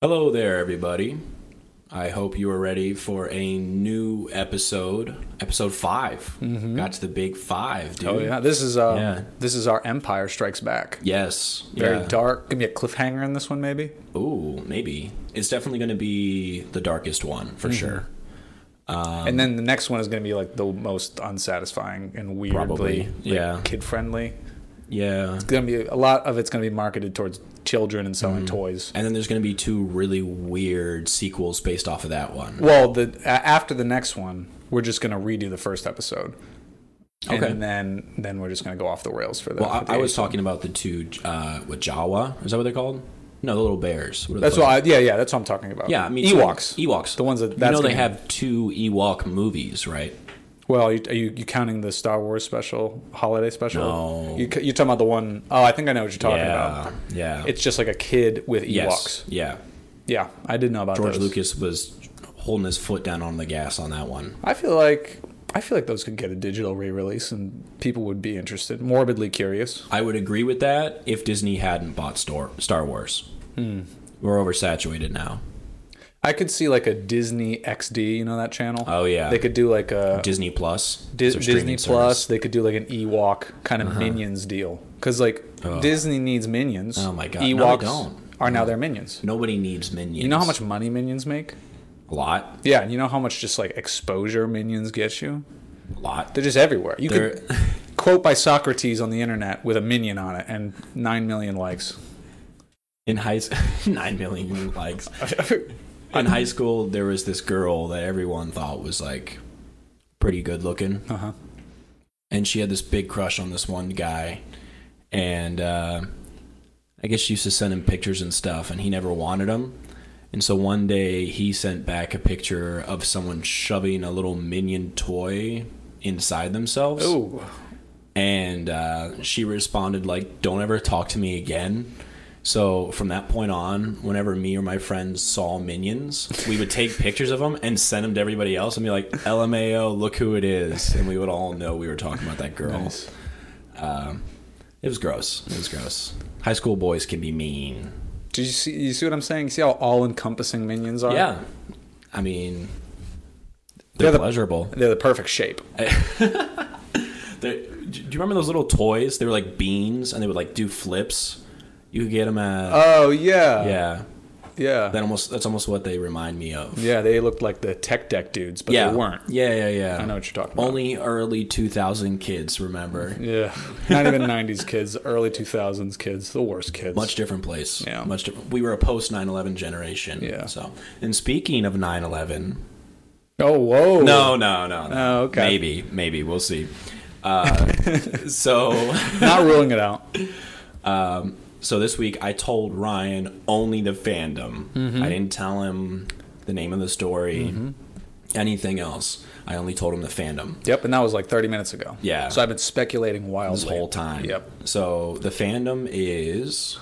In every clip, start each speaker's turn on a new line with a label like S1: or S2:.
S1: Hello there, everybody. I hope you are ready for a new episode, episode 5 Got to the big five, dude.
S2: Mm-hmm. Oh yeah, this is uh,
S1: Yeah.
S2: this is our Empire Strikes Back.
S1: Yes.
S2: Very
S1: yeah.
S2: dark. Give me a cliffhanger in this one, maybe.
S1: Ooh, maybe it's definitely going to be the darkest one
S2: Mm-hmm.
S1: for sure. Um,
S2: and then the next one is going to be like the most unsatisfying and weirdly
S1: Probably, yeah.
S2: kid friendly.
S1: Yeah.
S2: Going to be a lot of it's going to be marketed towards children and selling
S1: Mm-hmm.
S2: toys.
S1: And then there's going to be two really weird sequels based off of that one.
S2: Well, the a- after the next one, we're just going to redo the first episode.
S1: Okay.
S2: And then then we're just going to go off the rails for that.
S1: Well, I, I was talking about the two, uh, what Jawa is that what they're called? No, the little bears. What are they
S2: That's
S1: called?
S2: why. I- Yeah, yeah. That's what I'm talking about.
S1: Yeah, I mean
S2: Ewoks.
S1: Ewoks.
S2: The ones that-
S1: you
S2: that's
S1: know they
S2: gonna-
S1: have two Ewok movies, right?
S2: Well, are you, are you, you counting the Star Wars special, holiday special?
S1: No.
S2: You, you're talking about the one oh I think I know what you're talking about.
S1: yeah.
S2: It's just like a kid with Ewoks.
S1: yes, yeah.
S2: Yeah, I did know about
S1: George
S2: those.
S1: Lucas was holding his foot down on the gas on that one.
S2: I feel like I feel like those could get a digital re-release and people would be interested, morbidly curious.
S1: I would agree with that if Disney hadn't bought Star Star Wars.
S2: Hmm.
S1: We're oversaturated now.
S2: I could see like a Disney XD, you know that channel?
S1: Oh, yeah.
S2: They could do like a
S1: Disney Plus,
S2: Oh. Di-
S1: is their streaming
S2: Disney
S1: service. Uh-huh.
S2: Plus. They could do like an Ewok kind of Minions deal because like Disney needs Minions.
S1: Oh, my God. No, they
S2: Ewoks
S1: don't.
S2: are now their Minions.
S1: Nobody needs minions.
S2: You know how much money Minions make?
S1: A lot,
S2: Yeah, and you know how much just like exposure Minions get you?
S1: a lot.
S2: They're just everywhere. You
S1: They're-
S2: could quote by Socrates on the internet with a minion on it and nine million likes.
S1: In high s- nine million likes. In high school, there was this girl that everyone thought was like pretty good looking,
S2: Uh-huh.
S1: and she had this big crush on this one guy, and uh, I guess she used to send him pictures and stuff, and he never wanted them. And so one day he sent back a picture of someone shoving a little minion toy inside themselves.
S2: Ooh.
S1: and uh, she responded like don't ever talk to me again so from that point on whenever me or my friends saw minions we would take pictures of them and send them to everybody else and be like lmao look who it is and we would all know we were talking about that girl
S2: Nice.
S1: it was gross it was gross high school boys can be mean
S2: Do you see you see what I'm saying? See how all encompassing minions are?
S1: yeah i mean they're
S2: Yeah, the-
S1: pleasurable
S2: They're the perfect shape.
S1: They're- do you remember those little toys they were like beans and they would like do flips you could get them at
S2: Oh yeah.
S1: yeah
S2: Yeah.
S1: That almost that's almost what they remind me of.
S2: yeah, they looked like the tech deck dudes, but they weren't.
S1: Yeah, yeah, yeah.
S2: I know what you're talking about.
S1: Only early 2000 kids remember.
S2: Yeah. Not even nineties kids, early two thousands kids, the worst kids.
S1: Much different place.
S2: Yeah.
S1: Much different. We were a post 9/11 generation.
S2: Yeah.
S1: So, and speaking of 9/11,
S2: Oh whoa.
S1: no, no, no. no.
S2: Oh, okay.
S1: Maybe, maybe we'll see. Uh, so,
S2: Not ruling it out.
S1: so this week I told Ryan only the fandom.
S2: Mm-hmm.
S1: I didn't tell him the name of the story, anything else. I only told him the fandom.
S2: Yep, and that was like 30 minutes ago.
S1: Yeah.
S2: So I've been speculating wildly.
S1: this whole time.
S2: Yep.
S1: So the fandom is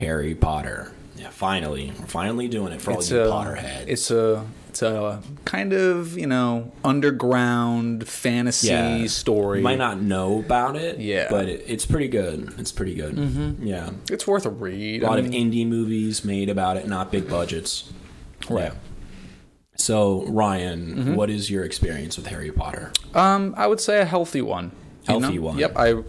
S1: Harry Potter. Yeah, finally, we're finally doing it for all
S2: It's
S1: you
S2: a
S1: Potterhead.
S2: It's a it's a kind of you know underground fantasy
S1: Yeah.
S2: story.
S1: you might not know about it,
S2: Yeah.
S1: but it, it's pretty good. It's pretty good. Yeah,
S2: It's worth a read.
S1: a lot
S2: I
S1: of
S2: mean,
S1: indie movies made about it, not big budgets.
S2: Right. Mm-hmm.
S1: Yeah. So Ryan, what is your experience with Harry Potter?
S2: um, I would say a healthy one. you
S1: Healthy one.
S2: Yep. I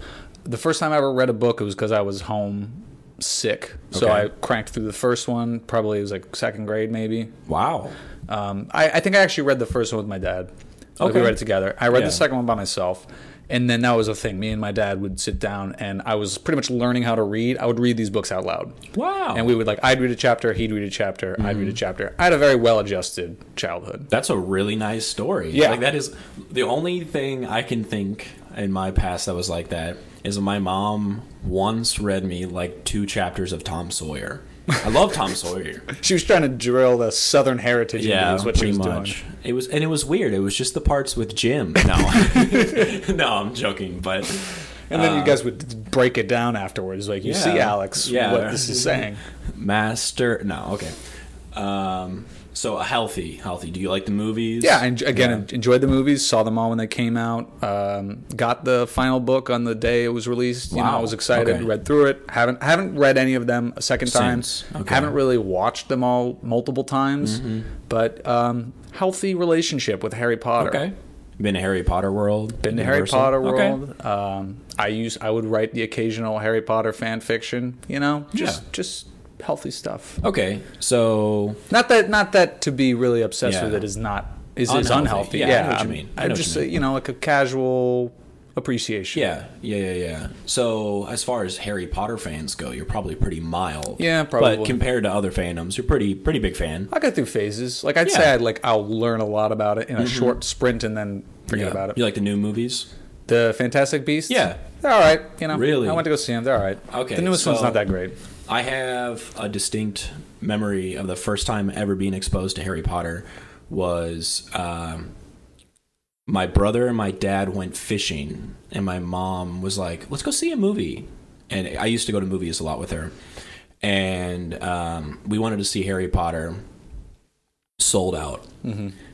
S2: the first time I ever read a book it was because I was home sick, so
S1: Okay.
S2: I cranked through the first one. Probably it was like second grade, maybe.
S1: Wow.
S2: Um, I, I think I actually read the first one with my dad. Like,
S1: Okay.
S2: we read it together. I read
S1: Yeah.
S2: the second one by myself. And then that was a thing. Me and my dad would sit down, and I was pretty much learning how to read. I would read these books out loud.
S1: Wow.
S2: And we would like, I'd read a chapter, he'd read a chapter, I'd read a chapter. I had a very well adjusted childhood.
S1: That's a really nice story.
S2: Yeah.
S1: Like that is the only thing I can think in my past that was like that is my mom once read me like two chapters of Tom Sawyer. I love Tom Sawyer.
S2: She was trying to drill the Southern heritage yeah,
S1: Yeah,
S2: into us, what she
S1: pretty
S2: was
S1: much.
S2: doing.
S1: It was and it was weird. It was just the parts with Jim. No, no, I'm joking. But
S2: And then you guys would break it down afterwards. Like, you
S1: yeah.
S2: see, Alex,
S1: Yeah.
S2: what this is saying.
S1: Master, no, okay. Um, so healthy, healthy. Do you like the movies?
S2: Yeah, and again, enjoyed the movies, saw them all when they came out. Um, got the final book on the day it was released. You know,
S1: Wow.
S2: I was excited,
S1: Okay.
S2: read through it. Haven't haven't read any of them a second time.
S1: Since. Okay.
S2: Haven't really watched them all multiple times. But um, healthy relationship with Harry Potter.
S1: Okay. Been to Harry Potter world.
S2: Been to Harry
S1: Universal?
S2: Potter
S1: Okay.
S2: world. Um, I use I would write the occasional Harry Potter fan fiction. You know, just
S1: Yeah.
S2: just healthy stuff.
S1: Okay. So
S2: Not that not that to be really obsessed
S1: Yeah.
S2: with it is not is is
S1: Unhealthy.
S2: unhealthy.
S1: Yeah, I
S2: Yeah,
S1: know what you
S2: I'm-
S1: mean. I
S2: I'm
S1: know what
S2: just
S1: you
S2: say, you know like a casual appreciation.
S1: yeah, yeah, yeah, yeah. So as far as Harry Potter fans go, you're probably pretty mild.
S2: Yeah, probably.
S1: But compared to other fandoms, you're pretty pretty big fan.
S2: I go through phases. Like I'd
S1: Yeah. Mm-hmm.
S2: say I'd like I'll learn a lot about it in a short sprint and then forget
S1: Yeah.
S2: about it.
S1: You like the new movies?
S2: The Fantastic Beasts.
S1: Yeah.
S2: They're all right. You know,
S1: Really?
S2: I went to go see them. They're all right.
S1: Okay,
S2: The newest one's
S1: so-
S2: not that great.
S1: I have a distinct memory of the first time ever being exposed to Harry Potter was um, my brother and my dad went fishing, and my mom was like, "Let's go see a movie." And I used to go to movies a lot with her, and um, we wanted to see Harry Potter. Sold out.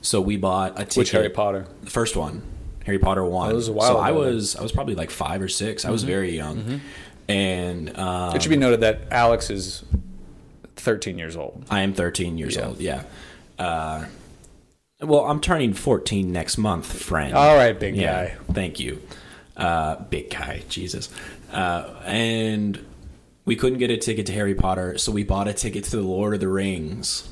S1: So we bought a ticket.
S2: Mm-hmm. Which Harry Potter?
S1: The first one, Harry Potter one.
S2: it was a while
S1: so I
S2: ago then. Mm-hmm.
S1: was I was probably like five or 6 I was very young, and um,
S2: It should be noted that Alex is 13 years old.
S1: I am 13 years
S2: Yeah.
S1: old. Yeah. Uh, well, I'm turning 14 next month, friend.
S2: All right, big
S1: yeah.
S2: guy.
S1: Thank you. Uh, big guy. Jesus. Uh, and we couldn't get a ticket to Harry Potter, so we bought a ticket to the Lord of the Rings,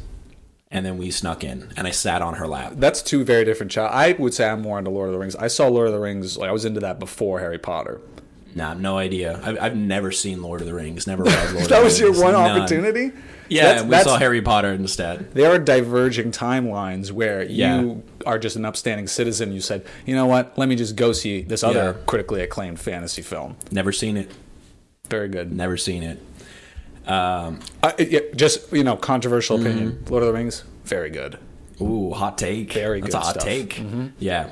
S1: and then we snuck in, and I sat on her lap.
S2: That's two very different child. I would say I'm more into Lord of the Rings. I saw Lord of the Rings. Like I was into that before Harry Potter.
S1: Nah, no idea. I've, I've never seen Lord of the Rings. Never read Lord of the Rings.
S2: That was your one
S1: None.
S2: opportunity.
S1: Yeah,
S2: That's-
S1: we
S2: that's-
S1: saw Harry Potter instead.
S2: There are diverging timelines where
S1: Yeah.
S2: you are just an upstanding citizen. You said, you know what? Let me just go see this other
S1: Yeah.
S2: critically acclaimed fantasy film.
S1: Never seen it.
S2: Very good.
S1: Never seen it.
S2: Uh, it- yeah, just you know, controversial opinion. Lord of the Rings, very good.
S1: Ooh, hot take.
S2: Very
S1: That's
S2: good
S1: a hot
S2: stuff. Mm-hmm.
S1: take. Yeah.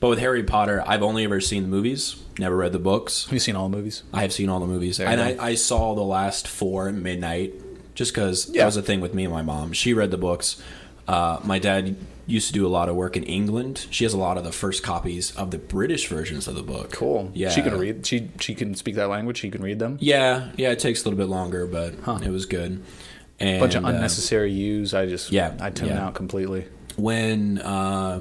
S1: But with Harry Potter, I've only ever seen the movies, never read the books.
S2: Have you seen all the movies?
S1: I have seen all the movies.
S2: you
S1: and
S2: go.
S1: I, I saw the last four at midnight just because
S2: Yeah.
S1: that was a thing with me and my mom. She read the books. Uh, my dad used to do a lot of work in England. She has a lot of the first copies of the British versions of the book.
S2: Cool.
S1: Yeah.
S2: She can read. She she can speak that language. She can read them.
S1: Yeah. Yeah. It takes a little bit longer, but it was good. And,
S2: bunch of
S1: uh,
S2: unnecessary use. I just
S1: Yeah,
S2: I tune
S1: yeah.
S2: out completely.
S1: when uh,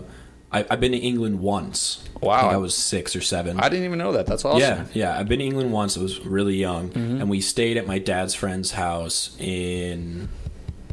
S1: I, I've been to England once.
S2: Wow.
S1: I, think I was six or seven.
S2: I didn't even know that. That's awesome. Mm-hmm.
S1: Yeah, yeah. I've been to England once. I was really young, and we stayed at my dad's friend's house in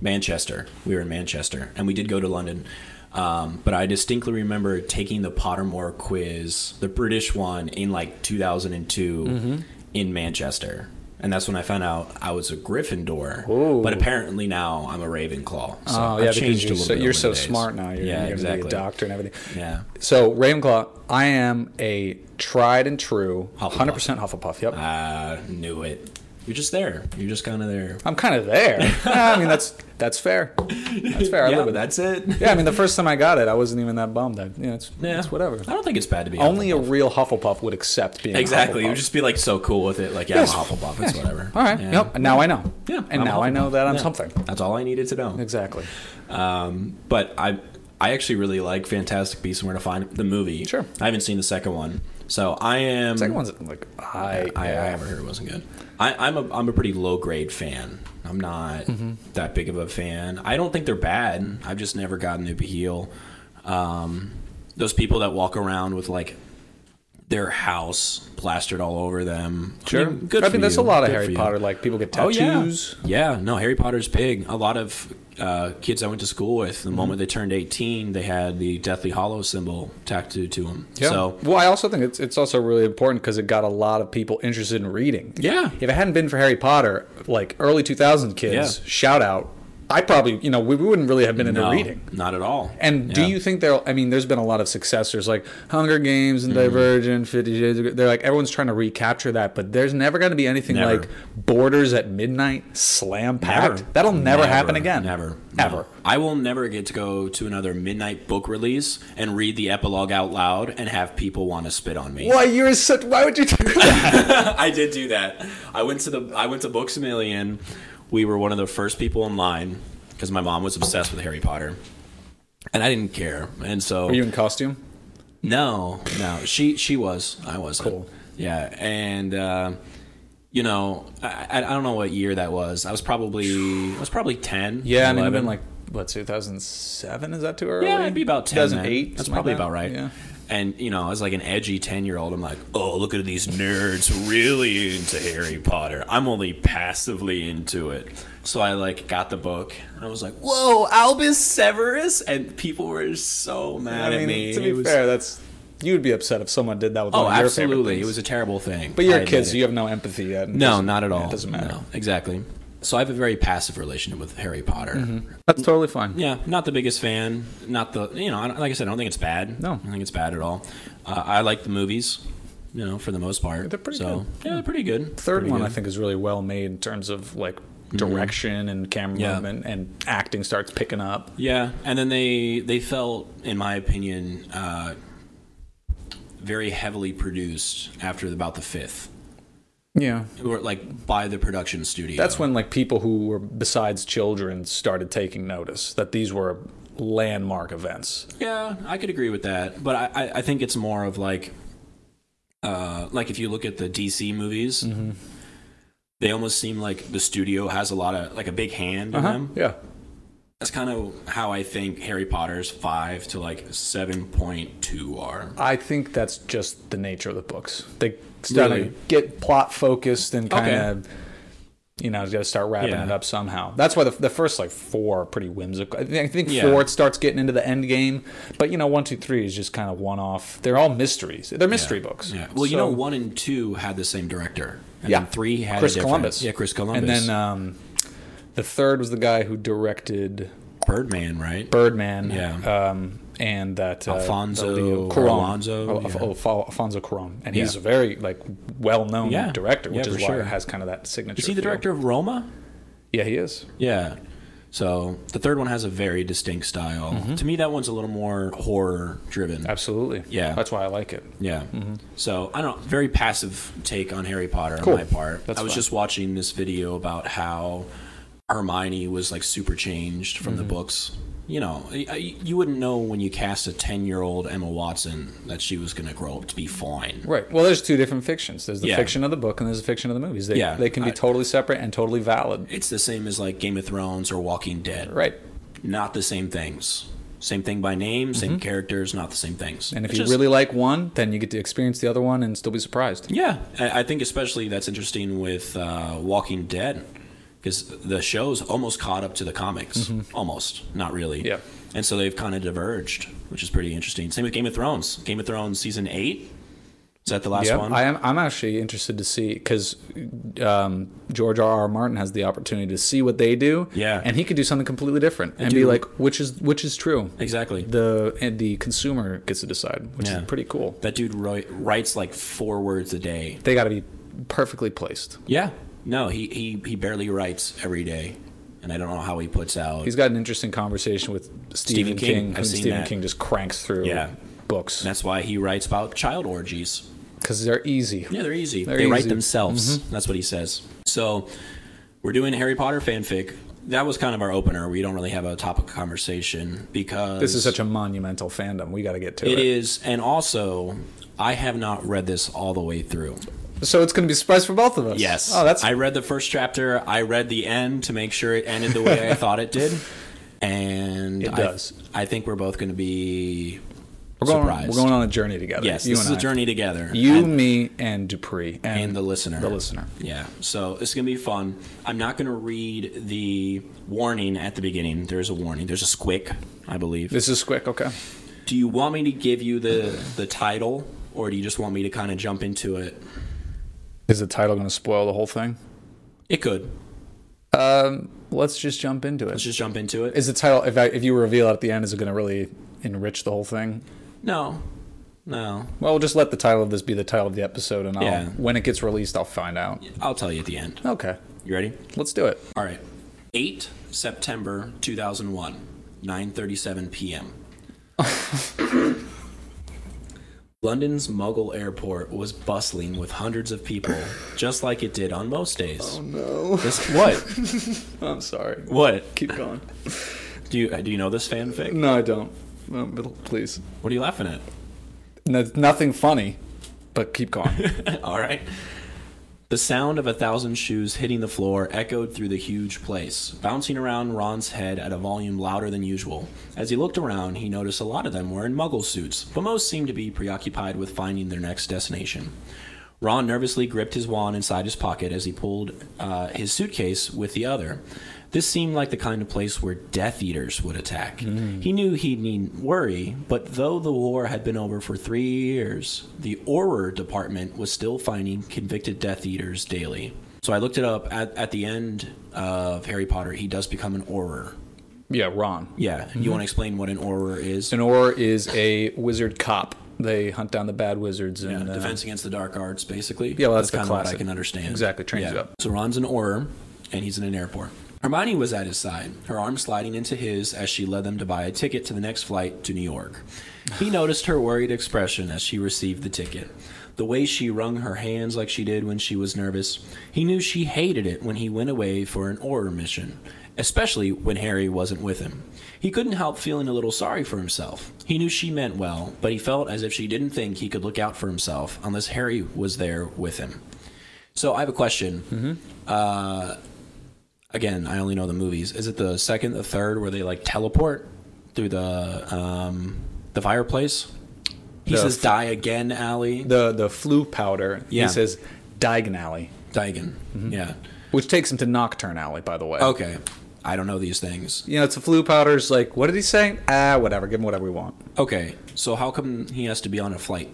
S1: Manchester. We were in Manchester, and we did go to London. Um, but I distinctly remember taking the Pottermore quiz, the British one, in like 2002
S2: Mm-hmm.
S1: in Manchester. And that's when I found out I was a Gryffindor.
S2: Ooh.
S1: But apparently now I'm a Ravenclaw. So
S2: Oh
S1: I've
S2: yeah, because
S1: changed a
S2: you're
S1: little
S2: so,
S1: bit
S2: you're
S1: over
S2: so
S1: the days.
S2: smart now. You're,
S1: yeah,
S2: you're going to
S1: exactly.
S2: be a doctor and everything.
S1: Yeah.
S2: So Ravenclaw, I am a tried and true,
S1: Hufflepuff. Ah.
S2: hundred percent Hufflepuff. Yep.
S1: I Uh, knew it. You're just there. You're just kind of there.
S2: I'm kind of there. Yeah, I mean, that's that's fair. That's fair. I
S1: yeah,
S2: live with that.
S1: that's it.
S2: Yeah, I mean, the first time I got it, I wasn't even that bummed. I, you know, it's,
S1: Yeah.
S2: it's whatever.
S1: I don't think it's bad to be
S2: Only a real Hufflepuff would accept being a
S1: exactly. You
S2: Hufflepuff.
S1: would just be like so cool with it. Like yeah,
S2: Yes.
S1: I'm a Hufflepuff. It's whatever.
S2: All right.
S1: Yeah.
S2: Yep. And now I know.
S1: Yeah, I'm
S2: And
S1: a
S2: now I know that I'm
S1: Yeah.
S2: something.
S1: That's all I needed to know.
S2: Exactly.
S1: Um, but I, I actually really like Fantastic Beasts and Where to Find the movie.
S2: Sure.
S1: I haven't seen the second one, so I am.
S2: Second one's like I.
S1: I, I ever heard it wasn't good. I, I'm a I'm a pretty low grade fan. I'm not
S2: Mm-hmm.
S1: that big of a fan. I don't think they're bad. I've just never gotten the appeal. Um, those people that walk around with like their house plastered all over them. I
S2: Sure.
S1: mean, good.
S2: I
S1: for
S2: mean, there's
S1: you.
S2: a lot of
S1: Good for
S2: Harry
S1: you.
S2: Potter. Like people get
S1: Oh
S2: tattoos.
S1: yeah, yeah. No, Harry Potter's big. A lot of uh, kids I went to school with, the
S2: Mm-hmm.
S1: moment they turned 18, they had the Deathly Hollow symbol tattooed to them.
S2: Yeah.
S1: So
S2: well, I also think it's it's also really important because it got a lot of people interested in reading.
S1: Yeah.
S2: If it hadn't been for Harry Potter, like early 2000 kids,
S1: Yeah.
S2: shout out. I probably, you know, we, we wouldn't really have been into
S1: no,
S2: reading.
S1: not at all.
S2: And do
S1: Yeah.
S2: you think there? I mean, there's been a lot of successors like Hunger Games and Divergent, Fifty Shades. of Grey. They're like everyone's trying to recapture that, but there's never going to be anything
S1: Never.
S2: like Borders at Midnight, slam packed. That'll never, happen again.
S1: Never.
S2: Ever.
S1: No. I will never get to go to another midnight book release and read the epilogue out loud and have people want to spit on me.
S2: Why you're such? Why would you do that?
S1: I did do that. I went to the I went to Books a Million. We were one of the first people in line because because my mom was obsessed with Harry Potter, and I didn't care. And so
S2: Were you in costume?
S1: no, no. She she was. I wasn't.
S2: Cool.
S1: Yeah, and uh, you know, I, I I don't know what year that was. I was probably I was probably ten.
S2: Yeah, I mean, I've
S1: 11.
S2: been like what 2007? Is that too early?
S1: yeah, it'd be about ten. then.
S2: 2008.
S1: That's
S2: something like
S1: probably
S2: that.
S1: about right.
S2: Yeah.
S1: And you know, as like an edgy ten year old, I'm like, oh, look at these nerds really into Harry Potter. I'm only passively into it. So I like got the book and I was like, whoa, Albus Severus, and people were so mad
S2: I
S1: at
S2: mean,
S1: me.
S2: to be
S1: It was-
S2: fair, that's you would be upset if someone did that with
S1: Oh,
S2: one of your
S1: absolutely. It
S2: favorite
S1: was
S2: things.
S1: a terrible thing.
S2: But you're
S1: I
S2: a kid,
S1: admit
S2: so
S1: it.
S2: you have no empathy yet. It
S1: No,
S2: doesn't-
S1: not at all.
S2: It doesn't matter.
S1: No, exactly. So I have a very passive relationship with Harry Potter.
S2: That's totally fine.
S1: Yeah, not the biggest fan. Not the you know, I don't- like I said, I don't think it's bad.
S2: No.
S1: I don't think it's bad at all. Uh, I like the movies, you know, for the most part.
S2: They're pretty
S1: so,
S2: good.
S1: Yeah, they're pretty good.
S2: Third
S1: Pretty
S2: one
S1: good. Mm-hmm.
S2: I think is really well made in terms of like direction and camera
S1: Yeah.
S2: movement and acting starts picking up.
S1: Yeah, and then they they felt, in my opinion, uh, very heavily produced after about the fifth,
S2: Yeah.
S1: or like by the production studio.
S2: That's when like people who were besides children started taking notice that these were landmark events.
S1: Yeah, I could agree with that, but I, I, I think it's more of like, uh, like if you look at the DC movies,
S2: Mm-hmm.
S1: they almost seem like the studio has a lot of like a big hand
S2: Uh-huh.
S1: in them.
S2: Yeah.
S1: That's kind of how I think Harry Potter's five to like seven point two are.
S2: I think that's just the nature of the books. They start
S1: Really?
S2: to get plot focused and kind
S1: Okay.
S2: of, you know, got to start wrapping
S1: Yeah.
S2: it up somehow. That's why the, the first like four are pretty whimsical. I think, I think
S1: Yeah.
S2: four it starts getting into the end game, but you know, one, two, three is just kind of one off. They're all mysteries. They're mystery books.
S1: Yeah. Well, you know,
S2: So-
S1: one and two had the same director. And
S2: Yeah.
S1: Then three had a
S2: Chris
S1: different-
S2: Columbus.
S1: Yeah, Chris Columbus.
S2: and then um, the third was the guy who directed
S1: Birdman, right?
S2: Birdman.
S1: Yeah.
S2: Um, and that uh,
S1: Alfonso
S2: Leo Cuarón. Oh,
S1: Alonso,
S2: Al-
S1: yeah.
S2: Al- Al- Alfonso Cuarón, and he's
S1: Yeah.
S2: a very like well-known
S1: Yeah.
S2: director, which
S1: Yeah,
S2: is
S1: for
S2: why
S1: sure.
S2: it has kind of that signature.
S1: Is he the
S2: feel.
S1: director of Roma?
S2: Yeah, he is.
S1: Yeah. So the third one has a very distinct style.
S2: Mm-hmm.
S1: To me, that one's a little more horror driven.
S2: Absolutely.
S1: Yeah.
S2: that's why I like it.
S1: Yeah.
S2: mm-hmm.
S1: So I don't. Very passive take on Harry Potter
S2: Cool.
S1: on my part.
S2: That's
S1: I was
S2: fine.
S1: just watching this video about how Hermione was like super changed from
S2: Mm-hmm.
S1: the books. You know, I- I- you wouldn't know when you cast a ten-year-old Emma Watson that she was going to grow up to be fine.
S2: Right. Well, there's two different fictions. There's the
S1: Yeah.
S2: fiction of the book, and there's the fiction of the movies. They,
S1: Yeah.
S2: they can be
S1: I-
S2: totally separate and totally valid.
S1: It's the same as like Game of Thrones or Walking Dead.
S2: Right.
S1: Not the same things. Same thing by name, same characters, not the same things.
S2: Mm-hmm. And if
S1: It's
S2: you
S1: just-
S2: really like one, then you get to experience the other one and still be surprised.
S1: Yeah, I I think especially that's interesting with uh, Walking Dead because the show's almost caught up to the comics, almost not really.
S2: Mm-hmm. Yeah.
S1: and so they've kind of diverged, which is pretty interesting. Same with Game of Thrones. Game of Thrones season eight is that the last
S2: Yeah,
S1: one?
S2: I am. I'm actually interested to see because um, George R. R. Martin has the opportunity to see what they do.
S1: Yeah.
S2: and he could do something completely different and, be
S1: do-
S2: like, which is which is true.
S1: exactly.
S2: The and the consumer gets to decide, which
S1: Yeah.
S2: is pretty cool.
S1: that dude write, writes like four words a day.
S2: They got to be perfectly placed.
S1: Yeah, no, he he he barely writes every day, and I don't know how he puts out.
S2: He's got an interesting conversation with Stephen,
S1: Stephen King.
S2: King.
S1: I've
S2: and
S1: seen
S2: Stephen
S1: that.
S2: King just cranks through
S1: Yeah.
S2: books
S1: that's why he writes about child orgies.
S2: because they're easy.
S1: Yeah, they're easy.
S2: They're
S1: they write
S2: easy. Mm-hmm.
S1: themselves. That's what he says. So we're doing Harry Potter fanfic. That was kind of our opener. We don't really have a topic of conversation because
S2: This is such a monumental fandom. We got to get to
S1: it
S2: it.
S1: is, and also I have not read this all the way through.
S2: So it's going to be a surprise for both of us.
S1: Yes,
S2: Oh, that's
S1: I read the first chapter. I read the end to make sure it ended the way I thought it did, and
S2: It
S1: I-
S2: does.
S1: I, think we're both going to be
S2: we're going,
S1: surprised.
S2: We're going on a journey together.
S1: yes,
S2: you
S1: this is
S2: and
S1: a
S2: I.
S1: journey together.
S2: You,
S1: And-
S2: me, and Dupree, and,
S1: and the listener.
S2: The listener.
S1: Yeah. So it's going to be fun. I'm not going to read the warning at the beginning. There's a warning. There's a squick, I believe.
S2: This is quick. Okay.
S1: do you want me to give you the the title or do you just want me to kind of jump into it?
S2: Is the title going to spoil the whole thing?
S1: It could.
S2: Um, let's just jump into
S1: Let's
S2: it.
S1: just jump into it.
S2: Is the title if I, if you reveal it at the end, is it going to really enrich the whole thing?
S1: no. No.
S2: Well, we'll just let the title of this be the title of the episode, and I'll,
S1: Yeah.
S2: when it gets released, I'll find out.
S1: I'll tell you at the end.
S2: Okay,
S1: You ready?
S2: let's do it.
S1: All right. 8 September 2001, 9:37 p.m. London's Muggle Airport was bustling with hundreds of people, just like it did on most days.
S2: No.
S1: This, what?
S2: I'm sorry.
S1: What?
S2: Keep going.
S1: Do you do you know this fanfic?
S2: No, I don't. No, but please.
S1: What are you laughing at?
S2: No, it's nothing funny, but keep going.
S1: All right. The sound of a thousand shoes hitting the floor echoed through the huge place, bouncing around Ron's head at a volume louder than usual. As he looked around, he noticed a lot of them were in muggle suits, but most seemed to be preoccupied with finding their next destination. Ron nervously gripped his wand inside his pocket as he pulled uh, his suitcase with the other. This seemed like the kind of place where Death Eaters would attack.
S2: Mm.
S1: He knew he needn't worry, but though the war had been over for three years, the Horror Department was still finding convicted Death Eaters daily. So I looked it up. At, at the end of Harry Potter, he does become an Horror.
S2: yeah, Ron.
S1: Yeah. You want to explain what an Horror is?
S2: An Or is a wizard cop. They hunt down the bad wizards and
S1: Yeah,
S2: uh,
S1: defense against the dark arts, basically.
S2: Yeah, well, that's the
S1: kind of what I
S2: classic.
S1: can understand.
S2: Exactly, trains you up.
S1: So Ron's an Auror, and he's in an airport. Hermione was at his side, her arm sliding into his as she led them to buy a ticket to the next flight to New York. He noticed her worried expression as she received the ticket. The way she wrung her hands like she did when she was nervous. He knew she hated it when he went away for an Auror mission, especially when Harry wasn't with him. He couldn't help feeling a little sorry for himself. He knew she meant well, but he felt as if she didn't think he could look out for himself unless Harry was there with him. So I have a question.
S2: Mm-hmm.
S1: Uh, again, I only know the movies. Is it the second, the third, where they like teleport through the um, the fireplace? He
S2: The
S1: says,
S2: f-
S1: "Die again, Allie."
S2: the the flu powder.
S1: Yeah.
S2: He says Diagon Alley,
S1: Die again.
S2: Mm-hmm.
S1: Yeah.
S2: which takes him to Nocturne Alley, by the way.
S1: Okay. I don't know these things.
S2: You know, it's a flu powder's like, what did he say? Ah, whatever. Give him whatever we want.
S1: Okay. So how come he has to be on a flight?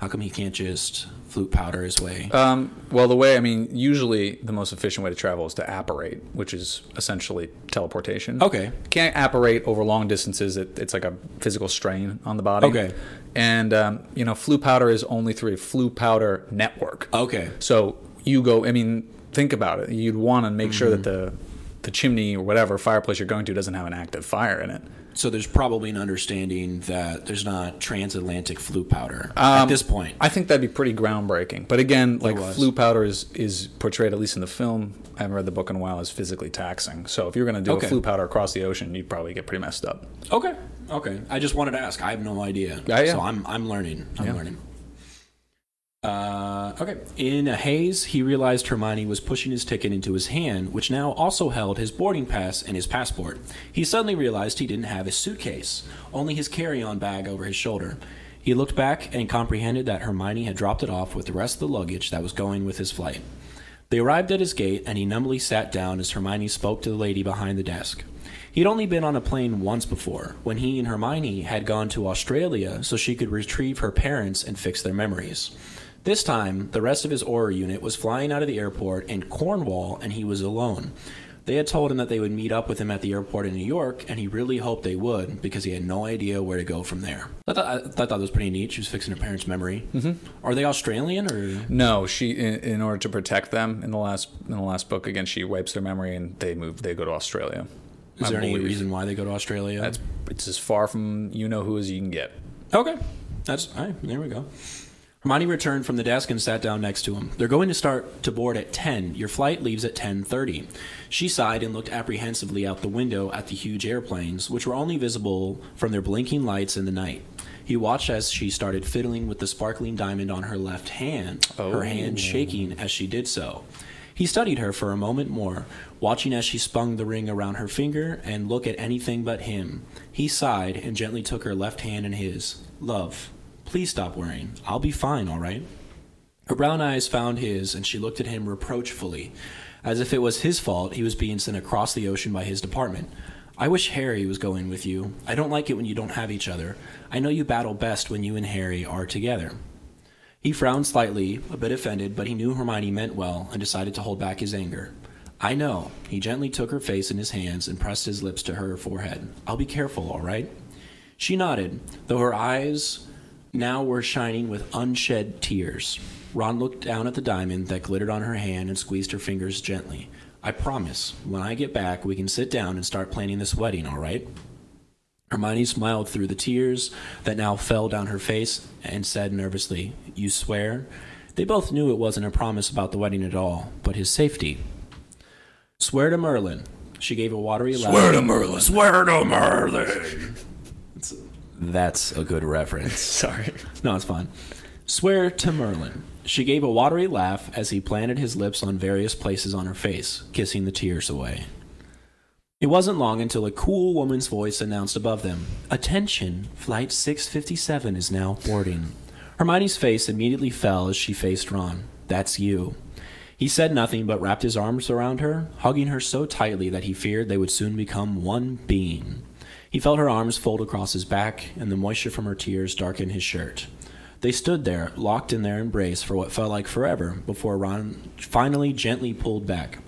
S1: How come he can't just flute powder his way?
S2: Um, well, the way I mean, usually the most efficient way to travel is to apparate, which is essentially teleportation.
S1: Okay.
S2: Can't apparate over long distances. It, it's like a physical strain on the body.
S1: Okay.
S2: And um, you know, flu powder is only through a flu powder network.
S1: okay.
S2: So you go. I mean, think about it. You'd want to make sure that
S1: Mm-hmm.
S2: the the chimney or whatever fireplace you're going to doesn't have an active fire in it.
S1: So there's probably an understanding that there's not transatlantic flute powder
S2: Um,
S1: at this point.
S2: I think that'd be pretty groundbreaking. But again, like
S1: was.
S2: flu powder is, is portrayed, at least in the film, I haven't read the book in a while, as physically taxing. So if you're going to do
S1: Okay.
S2: a flu powder across the ocean, you'd probably get pretty messed up.
S1: Okay. Okay. I just wanted to ask. I have no idea.
S2: Yeah, yeah.
S1: So I'm I'm learning. I'm
S2: Yeah.
S1: learning. Uh, okay. In a haze, he realized Hermione was pushing his ticket into his hand, which now also held his boarding pass and his passport. He suddenly realized he didn't have his suitcase, only his carry-on bag over his shoulder. He looked back and comprehended that Hermione had dropped it off with the rest of the luggage that was going with his flight. They arrived at his gate, and he numbly sat down as Hermione spoke to the lady behind the desk. He'd only been on a plane once before, when he and Hermione had gone to Australia so she could retrieve her parents and fix their memories. This time, the rest of his aura unit was flying out of the airport in Cornwall, and he was alone. They had told him that they would meet up with him at the airport in New York, and he really hoped they would because he had no idea where to go from there. I thought, I, thought that was pretty neat. She was fixing her parents' memory. Mm-hmm. Are they Australian or?
S2: No, she in, in order to protect them in the last in the last book again, she wipes their memory and they move. They go to Australia.
S1: Is
S2: I
S1: there any
S2: believe.
S1: reason why they go to Australia?
S2: That's it's as far from you know who as you can get.
S1: okay. That's all right. There we go. Hermione returned from the desk and sat down next to him. They're going to start to board at 10. Your flight leaves at 10:30. She sighed and looked apprehensively out the window at the huge airplanes, which were only visible from their blinking lights in the night. He watched as she started fiddling with the sparkling diamond on her left hand, her hand shaking as she did so. He studied her for a moment more, watching as she spun the ring around her finger and look at anything but him. He sighed and gently took her left hand in his. Love, please stop worrying. I'll be fine, all right? Her brown eyes found his, and she looked at him reproachfully, as if it was his fault he was being sent across the ocean by his department. I wish Harry was going with you. I don't like it when you don't have each other. I know you battle best when you and Harry are together. He frowned slightly, a bit offended, but he knew Hermione meant well and decided to hold back his anger. I know. He gently took her face in his hands and pressed his lips to her forehead. I'll be careful, all right? She nodded, though her eyes now were shining with unshed tears. Ron looked down at the diamond that glittered on her hand and squeezed her fingers gently. I promise, when I get back, we can sit down and start planning this wedding, all right? Hermione smiled through the tears that now fell down her face and said nervously, You swear? They both knew it wasn't a promise about the wedding at all, but his safety. Swear to Merlin. She gave a watery laugh.
S3: Swear to Merlin. Swear to Merlin.
S1: That's a good reference.
S2: Sorry.
S1: No, it's fine. Swear to Merlin. She gave a watery laugh as he planted his lips on various places on her face, kissing the tears away. It wasn't long until a cool woman's voice announced above them Attention, Flight 657 is now boarding. Hermione's face immediately fell as she faced Ron. That's you. He said nothing but wrapped his arms around her, hugging her so tightly that he feared they would soon become one being. He felt her arms fold across his back and the moisture from her tears darken his shirt. They stood there, locked in their embrace for what felt like forever, before Ron finally gently pulled back.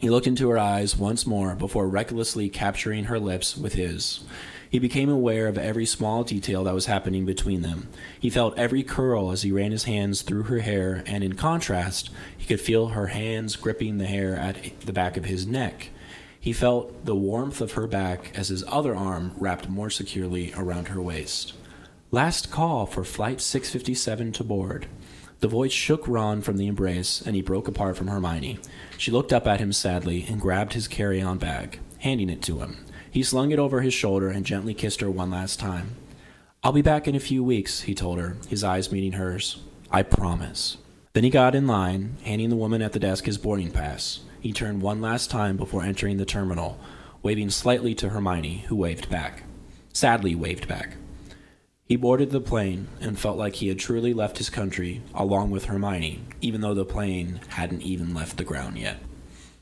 S1: He looked into her eyes once more before recklessly capturing her lips with his. He became aware of every small detail that was happening between them. He felt every curl as he ran his hands through her hair, and in contrast, he could feel her hands gripping the hair at the back of his neck. He felt the warmth of her back as his other arm wrapped more securely around her waist. Last call for Flight 657 to board. The voice shook Ron from the embrace, and he broke apart from Hermione. She looked up at him sadly and grabbed his carry on bag, handing it to him. He slung it over his shoulder and gently kissed her one last time. I'll be back in a few weeks, he told her, his eyes meeting hers. I promise. Then he got in line, handing the woman at the desk his boarding pass. He turned one last time before entering the terminal, waving slightly to Hermione, who waved back. Sadly, waved back. He boarded the plane and felt like he had truly left his country along with Hermione, even though the plane hadn't even left the ground yet.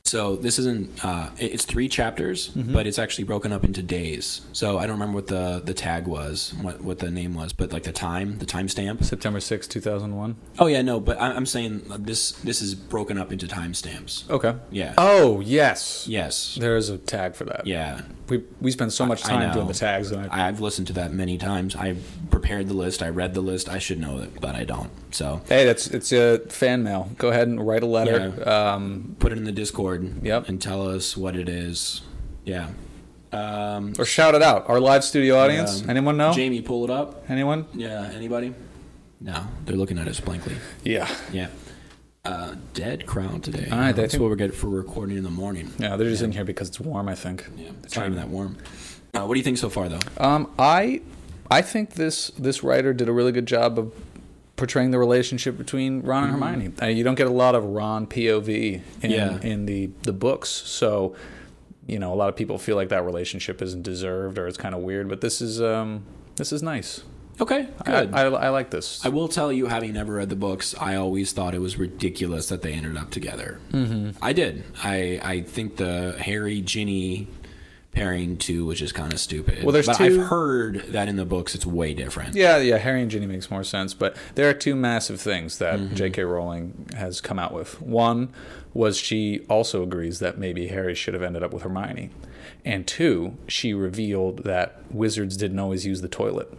S1: So this isn't uh, it- it's three chapters, but it's actually broken up into days. So I don't remember what the the tag was, what what the name was, but like the time, the timestamp.
S2: September sixth, two 2001.
S1: Oh yeah, no, but I, I'm saying this this is broken up into timestamps.
S2: Okay.
S1: Yeah.
S2: Oh, yes.
S1: Yes.
S2: There is a tag for that.
S1: Yeah.
S2: We, we spend so much
S1: I
S2: time
S1: know.
S2: doing the tags. And I,
S1: I've listened to that many times. I prepared the list. I read the list. I should know it, but I don't. So
S2: hey, that's it's a fan mail. Go ahead and write a letter. Um,
S1: put it in the Discord.
S2: Yep.
S1: And tell us what it is. Yeah. Um,
S2: or shout it out. Our live studio audience.
S1: um,
S2: Anyone know?
S1: Jamie, pull it up.
S2: Anyone?
S1: Yeah. Anybody? No, they're looking at us blankly.
S2: Yeah.
S1: Yeah. Uh, dead crowd today.
S2: All right,
S1: that's
S2: they-
S1: what we're getting for recording in the morning.
S2: Yeah, they're just in here because it's warm, I think.
S1: Yeah. It's not even that warm. Uh, what do you think so far, though?
S2: Um, I I think this this writer did a really good job of portraying the relationship between Ron and Hermione. Uh, you don't get a lot of Ron POV in
S1: Mm-hmm. Yeah.
S2: in the the books, so you know a lot of people feel like that relationship isn't deserved or it's kind of weird. But this is um, this is nice.
S1: Okay.
S2: I,
S1: Good.
S2: I, I like this.
S1: I will tell you, having never read the books, I always thought it was ridiculous that they ended up together. Mm-hmm. I did. I I think the Harry Ginny pairing too, which is kind of stupid.
S2: Well, there's
S1: but
S2: two-
S1: I've heard that in the books it's way different.
S2: yeah, yeah, Harry and Ginny makes more sense, but there are two massive things that J.K. Rowling has come out with. One was she also agrees that maybe Harry should have ended up with Hermione, and two, she revealed that wizards didn't always use the toilet.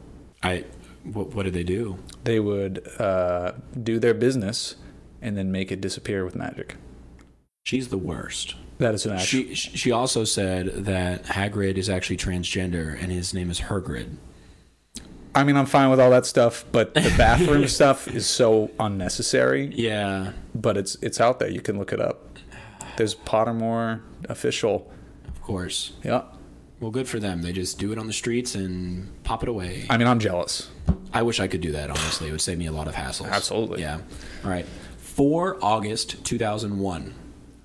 S1: I what, what did they do?
S2: They would uh, do their business and then make it disappear with magic.
S1: She's the worst.
S2: That is an actual.
S1: She she also said that Hagrid is actually transgender and his name is Hergrid.
S2: I mean, I'm fine with all that stuff, but the bathroom stuff is so unnecessary.
S1: Yeah,
S2: But it's it's out there. You can look it up. There's Pottermore official.
S1: of course.
S2: Yeah.
S1: Well, good for them. They just do it on the streets and pop it away.
S2: I mean, I'm jealous.
S1: I wish I could do that, honestly. It would save me a lot of hassles.
S2: Absolutely.
S1: Yeah. All right. 4 August 2001,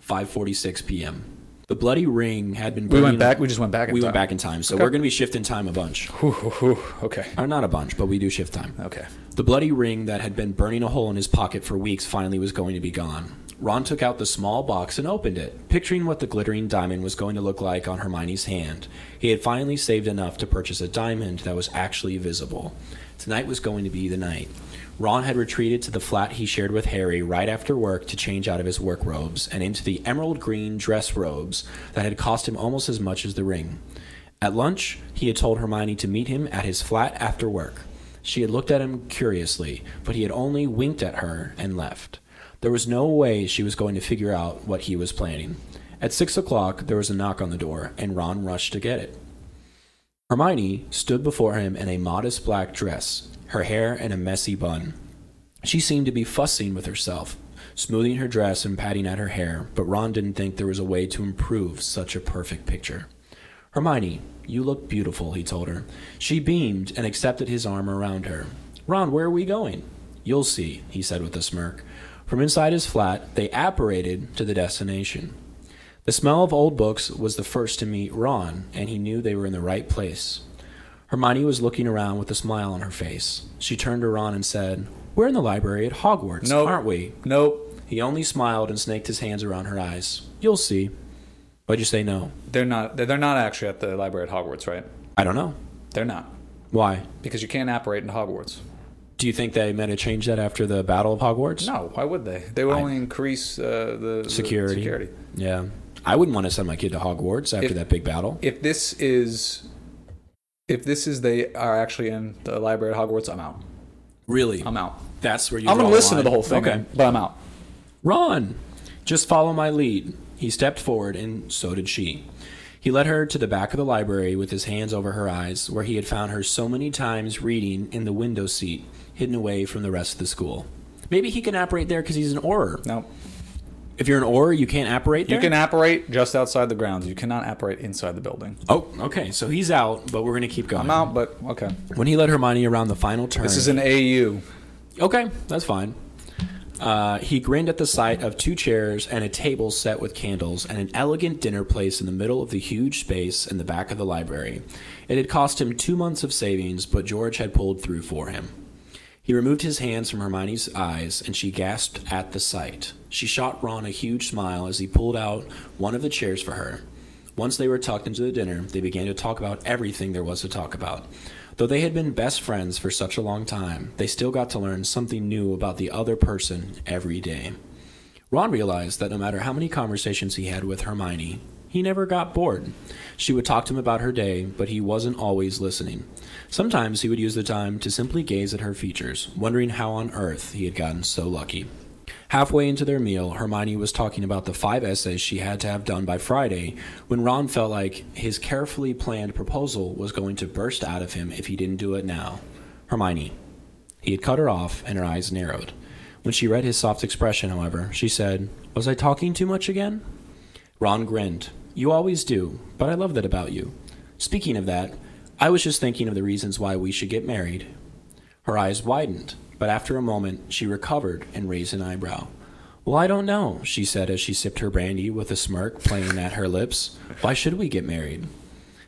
S1: 5.46 p.m. The bloody ring had been...
S2: We went
S1: burning-
S2: back. We just went back. in
S1: We went
S2: time.
S1: back in time. So we're going to be shifting time a bunch.
S2: Whew, whew, whew. Okay.
S1: Or not a bunch, but we do shift time.
S2: Okay.
S1: The bloody ring that had been burning a hole in his pocket for weeks finally was going to be gone. Ron took out the small box and opened it, picturing what the glittering diamond was going to look like on Hermione's hand. He had finally saved enough to purchase a diamond that was actually visible. Tonight was going to be the night. Ron had retreated to the flat he shared with Harry right after work to change out of his work robes and into the emerald green dress robes that had cost him almost as much as the ring. At lunch, he had told Hermione to meet him at his flat after work. She had looked at him curiously, but he had only winked at her and left. There was no way she was going to figure out what he was planning. At six o'clock, there was a knock on the door, and Ron rushed to get it. Hermione stood before him in a modest black dress, her hair in a messy bun. She seemed to be fussing with herself, smoothing her dress and patting at her hair, but Ron didn't think there was a way to improve such a perfect picture. Hermione, you look beautiful, he told her. She beamed and accepted his arm around her. Ron, where are we going? You'll see, he said with a smirk. From inside his flat, they apparated to the destination. The smell of old books was the first to meet Ron, and he knew they were in the right place. Hermione was looking around with a smile on her face. She turned to Ron and said, We're in the library at Hogwarts,
S2: Nope.
S1: aren't we?
S2: Nope,
S1: He only smiled and snaked his hands around her eyes. You'll see. Why'd you say no?
S2: they're not. They're not actually at the library at Hogwarts, right?
S1: I don't know.
S2: They're not
S1: Why?
S2: because you can't operate in Hogwarts.
S1: Do you think they meant to change that after the Battle of Hogwarts?
S2: No, why would they? They would only increase uh, the the
S1: Security.
S2: security.
S1: Yeah. I wouldn't want to send my kid to Hogwarts after
S2: If-
S1: that big battle.
S2: If this is, if this is, they are actually in the library at Hogwarts. I'm out.
S1: Really?
S2: I'm out.
S1: That's where you.
S2: I'm
S1: draw
S2: gonna
S1: the
S2: listen to
S1: line.
S2: the whole thing,
S1: Okay.
S2: but I'm out.
S1: Ron, just follow my lead. He stepped forward, and so did she. He led her to the back of the library with his hands over her eyes, where he had found her so many times reading in the window seat, hidden away from the rest of the school. Maybe he can operate there because he's an Auror.
S2: No,
S1: If you're an Auror, you can't operate there?
S2: you can operate just outside the grounds. You cannot operate inside the building.
S1: Oh, okay. So he's out, but we're going to keep going.
S2: I'm out, but okay.
S1: When he led Hermione around the final turn.
S2: This is an AU.
S1: Okay, that's fine. Uh, he grinned at the sight of two chairs and a table set with candles and an elegant dinner place in the middle of the huge space in the back of the library. It had cost him two months of savings, but George had pulled through for him. He removed his hands from Hermione's eyes, and she gasped at the sight. She shot Ron a huge smile as he pulled out one of the chairs for her. Once they were tucked into the dinner, they began to talk about everything there was to talk about. Though they had been best friends for such a long time, they still got to learn something new about the other person every day. Ron realized that no matter how many conversations he had with Hermione, he never got bored. She would talk to him about her day, but he wasn't always listening. Sometimes he would use the time to simply gaze at her features, wondering how on earth he had gotten so lucky. Halfway into their meal, Hermione was talking about the five essays she had to have done by Friday when Ron felt like his carefully planned proposal was going to burst out of him if he didn't do it now. Hermione, he had cut her off, and her eyes narrowed. When she read his soft expression, however, she said, Was I talking too much again? Ron grinned. You always do, but I love that about you. Speaking of that, I was just thinking of the reasons why we should get married. Her eyes widened, but after a moment she recovered and raised an eyebrow. Well, I don't know, she said as she sipped her brandy with a smirk playing at her lips. Why should we get married?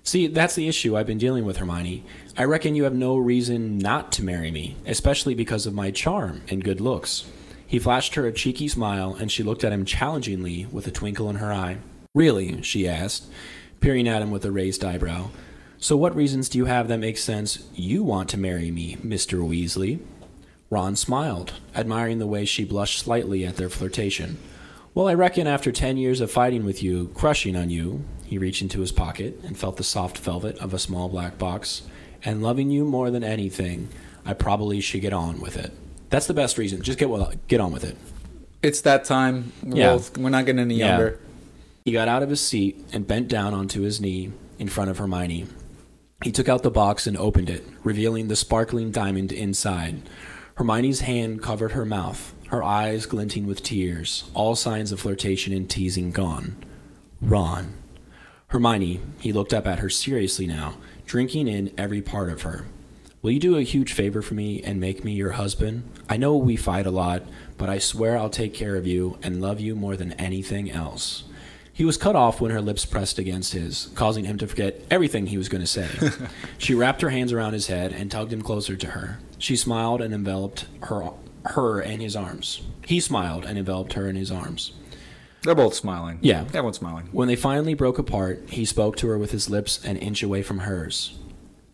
S1: See, that's the issue I've been dealing with, Hermione. I reckon you have no reason not to marry me, especially because of my charm and good looks. He flashed her a cheeky smile, and she looked at him challengingly with a twinkle in her eye. Really? she asked, peering at him with a raised eyebrow. So, what reasons do you have that make sense you want to marry me, Mr. Weasley? Ron smiled, admiring the way she blushed slightly at their flirtation. Well, I reckon after ten years of fighting with you, crushing on you, he reached into his pocket and felt the soft velvet of a small black box, and loving you more than anything, I probably should get on with it. That's the best reason. Just get well, get on with it.
S2: It's that time. We're,
S1: Yeah.
S2: both- we're not getting any
S1: Yeah.
S2: younger.
S1: He got out of his seat and bent down onto his knee in front of Hermione. He took out the box and opened it, revealing the sparkling diamond inside. Hermione's hand covered her mouth, her eyes glinting with tears, all signs of flirtation and teasing gone. Ron. Hermione, he looked up at her seriously now, drinking in every part of her. Will you do a huge favor for me and make me your husband? I know we fight a lot, but I swear I'll take care of you and love you more than anything else. He was cut off when her lips pressed against his, causing him to forget everything he was going to say. she wrapped her hands around his head and tugged him closer to her. She smiled and enveloped her her in his arms. He smiled and enveloped her in his arms.
S2: They're both smiling.
S1: Yeah.
S2: Everyone's smiling.
S1: When they finally broke apart, he spoke to her with his lips an inch away from hers.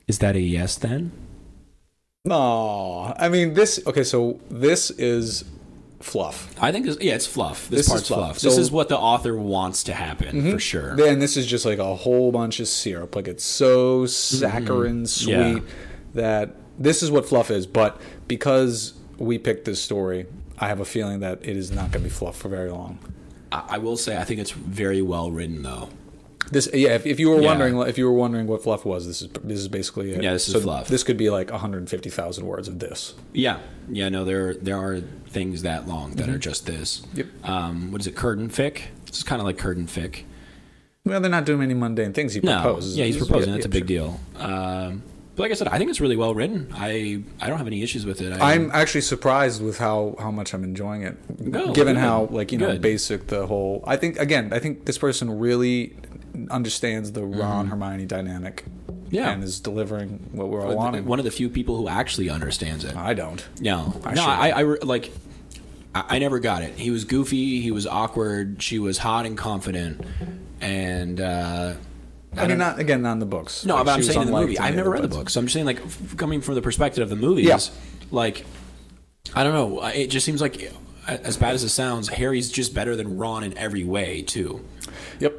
S1: Is that a yes then?
S2: No, I mean this. Okay, so this is fluff,
S1: I think this, yeah, it's fluff. This,
S2: This is
S1: part's
S2: fluff.
S1: fluff. Mm-hmm. this
S2: So-
S1: is what the author wants to happen for sure.
S2: and this is just like a whole bunch of syrup. Like it's so saccharine
S1: Mm-hmm. Yeah.
S2: sweet that this is what fluff is. But because we picked this story, I have a feeling that it is not going to be fluff for very long.
S1: I, I will say I think it's very well written though.
S2: This yeah, if, if you were
S1: Yeah.
S2: wondering if you were wondering what fluff was, this is this is basically it.
S1: Yeah, this is fluff.
S2: This could be like 150,000 words of this.
S1: Yeah, Mm-hmm. yeah. No, there there are things that long that are just this.
S2: Yep.
S1: Um, what is it? Curd and fick. It's kind of like curd and fick.
S2: Well, they're not doing any mundane things. He
S1: No,
S2: proposes.
S1: yeah, he's
S2: This is-
S1: proposing. That's a
S2: yeah,
S1: big
S2: sure.
S1: deal. Um, but like I said, I think it's really well written. I I don't have any issues with it. I,
S2: I'm actually surprised with how, how much I'm enjoying it,
S1: No,
S2: given
S1: good.
S2: how like you know
S1: Good.
S2: basic the whole. I think again, I think this person really understands the Ron Hermione dynamic,
S1: Mm-hmm. Yeah.
S2: and is delivering what we're all wanting.
S1: one of the few people who actually understands it.
S2: I don't.
S1: No,
S2: I
S1: no,
S2: sure
S1: I, I re- like. I, I never got it. He was goofy. He was awkward. She was hot and confident, and uh,
S2: I mean, not again, not in the books.
S1: no,
S2: Like,
S1: but
S2: she
S1: I'm
S2: was
S1: saying in the
S2: unlike
S1: movie.
S2: any
S1: I've
S2: of
S1: never read the
S2: buds.
S1: book, so I'm just saying, like, f- coming from the perspective of the movies,
S2: Yeah.
S1: like, I don't know. I- It just seems like, a- as bad as it sounds, Harry's just better than Ron in every way too.
S2: Yep.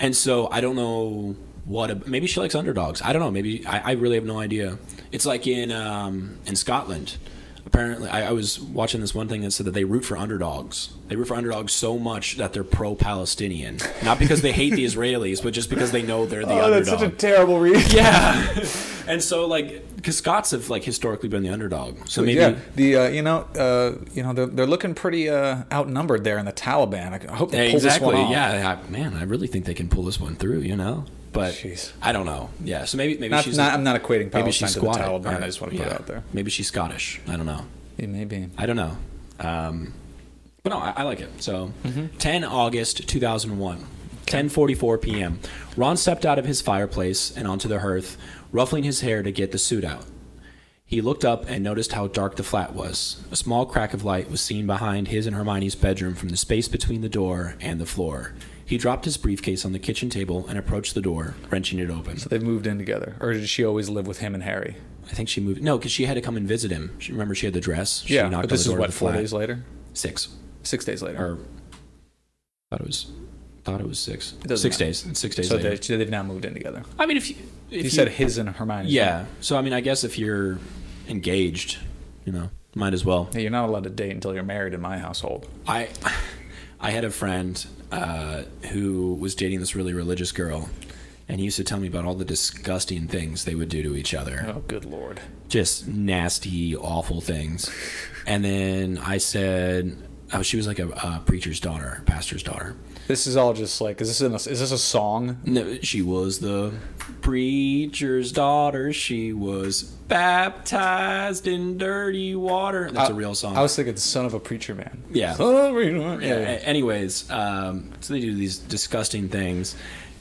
S1: And so I don't know what. A, maybe she likes underdogs. I don't know. Maybe I, I really have no idea. It's like in um, in Scotland. Apparently, I, I was watching this one thing that said that they root for underdogs. They root for underdogs so much that they're pro-Palestinian, not because they hate the Israelis, but just because they know they're the
S2: Oh,
S1: underdog.
S2: that's such a terrible read.
S1: yeah, and so like, because Scots have like historically been the underdog, so maybe
S2: yeah, the uh, you know uh, you know they're, they're looking pretty uh, outnumbered there in the Taliban. I hope they pull
S1: exactly.
S2: this one off.
S1: Yeah, I, man, I really think they can pull this one through. You know, but
S2: Jeez.
S1: I don't know. Yeah, so maybe maybe
S2: Not,
S1: she's
S2: not, I'm not equating Palestine
S1: Maybe she's
S2: to the
S1: squatted.
S2: Taliban.
S1: Alright,
S2: I just want to put
S1: yeah.
S2: it out there.
S1: Maybe she's Scottish. I don't know.
S2: It may be.
S1: I don't know. Um, but no, I, I like it. So,
S2: Mm-hmm.
S1: 10 August 2001, 10:44 p.m. Ron stepped out of his fireplace and onto the hearth, ruffling his hair to get the suit out. He looked up and noticed how dark the flat was. A small crack of light was seen behind his and Hermione's bedroom from the space between the door and the floor. He dropped his briefcase on the kitchen table and approached the door, wrenching it open.
S2: So they've moved in together, or did she always live with him and Harry?
S1: I think she moved. No, because she had to come and visit him. She, remember, she had the dress. She
S2: yeah,
S1: knocked
S2: but
S1: on
S2: this
S1: the
S2: is
S1: door to
S2: what
S1: the
S2: four
S1: flat.
S2: days later,
S1: Six.
S2: six days later.
S1: Or thought it was. Thought it was six.
S2: doesn't
S1: Six
S2: matter.
S1: days. Six days
S2: so
S1: later.
S2: they, they've now moved in together.
S1: I mean, if you. If
S2: He said his and Hermione.
S1: Yeah. So I mean, I guess if you're engaged, you know, might as well.
S2: Hey, you're not allowed to date until you're married in my household.
S1: I I had a friend uh, who was dating this really religious girl, and he used to tell me about all the disgusting things they would do to each other.
S2: Oh, good lord.
S1: just nasty, awful things. And then I said, oh, she was like a, a preacher's daughter, pastor's daughter.
S2: This is all just like, is this in a, is this a song?
S1: No, she was the preacher's daughter. She was baptized in dirty water. That's a real song.
S2: I was thinking, son of a preacher man. Oh,
S1: Yeah.
S2: Son of a preacher man.
S1: Yeah, eh.
S2: Yeah. yeah.
S1: a- Anyways, um, so they do these disgusting things.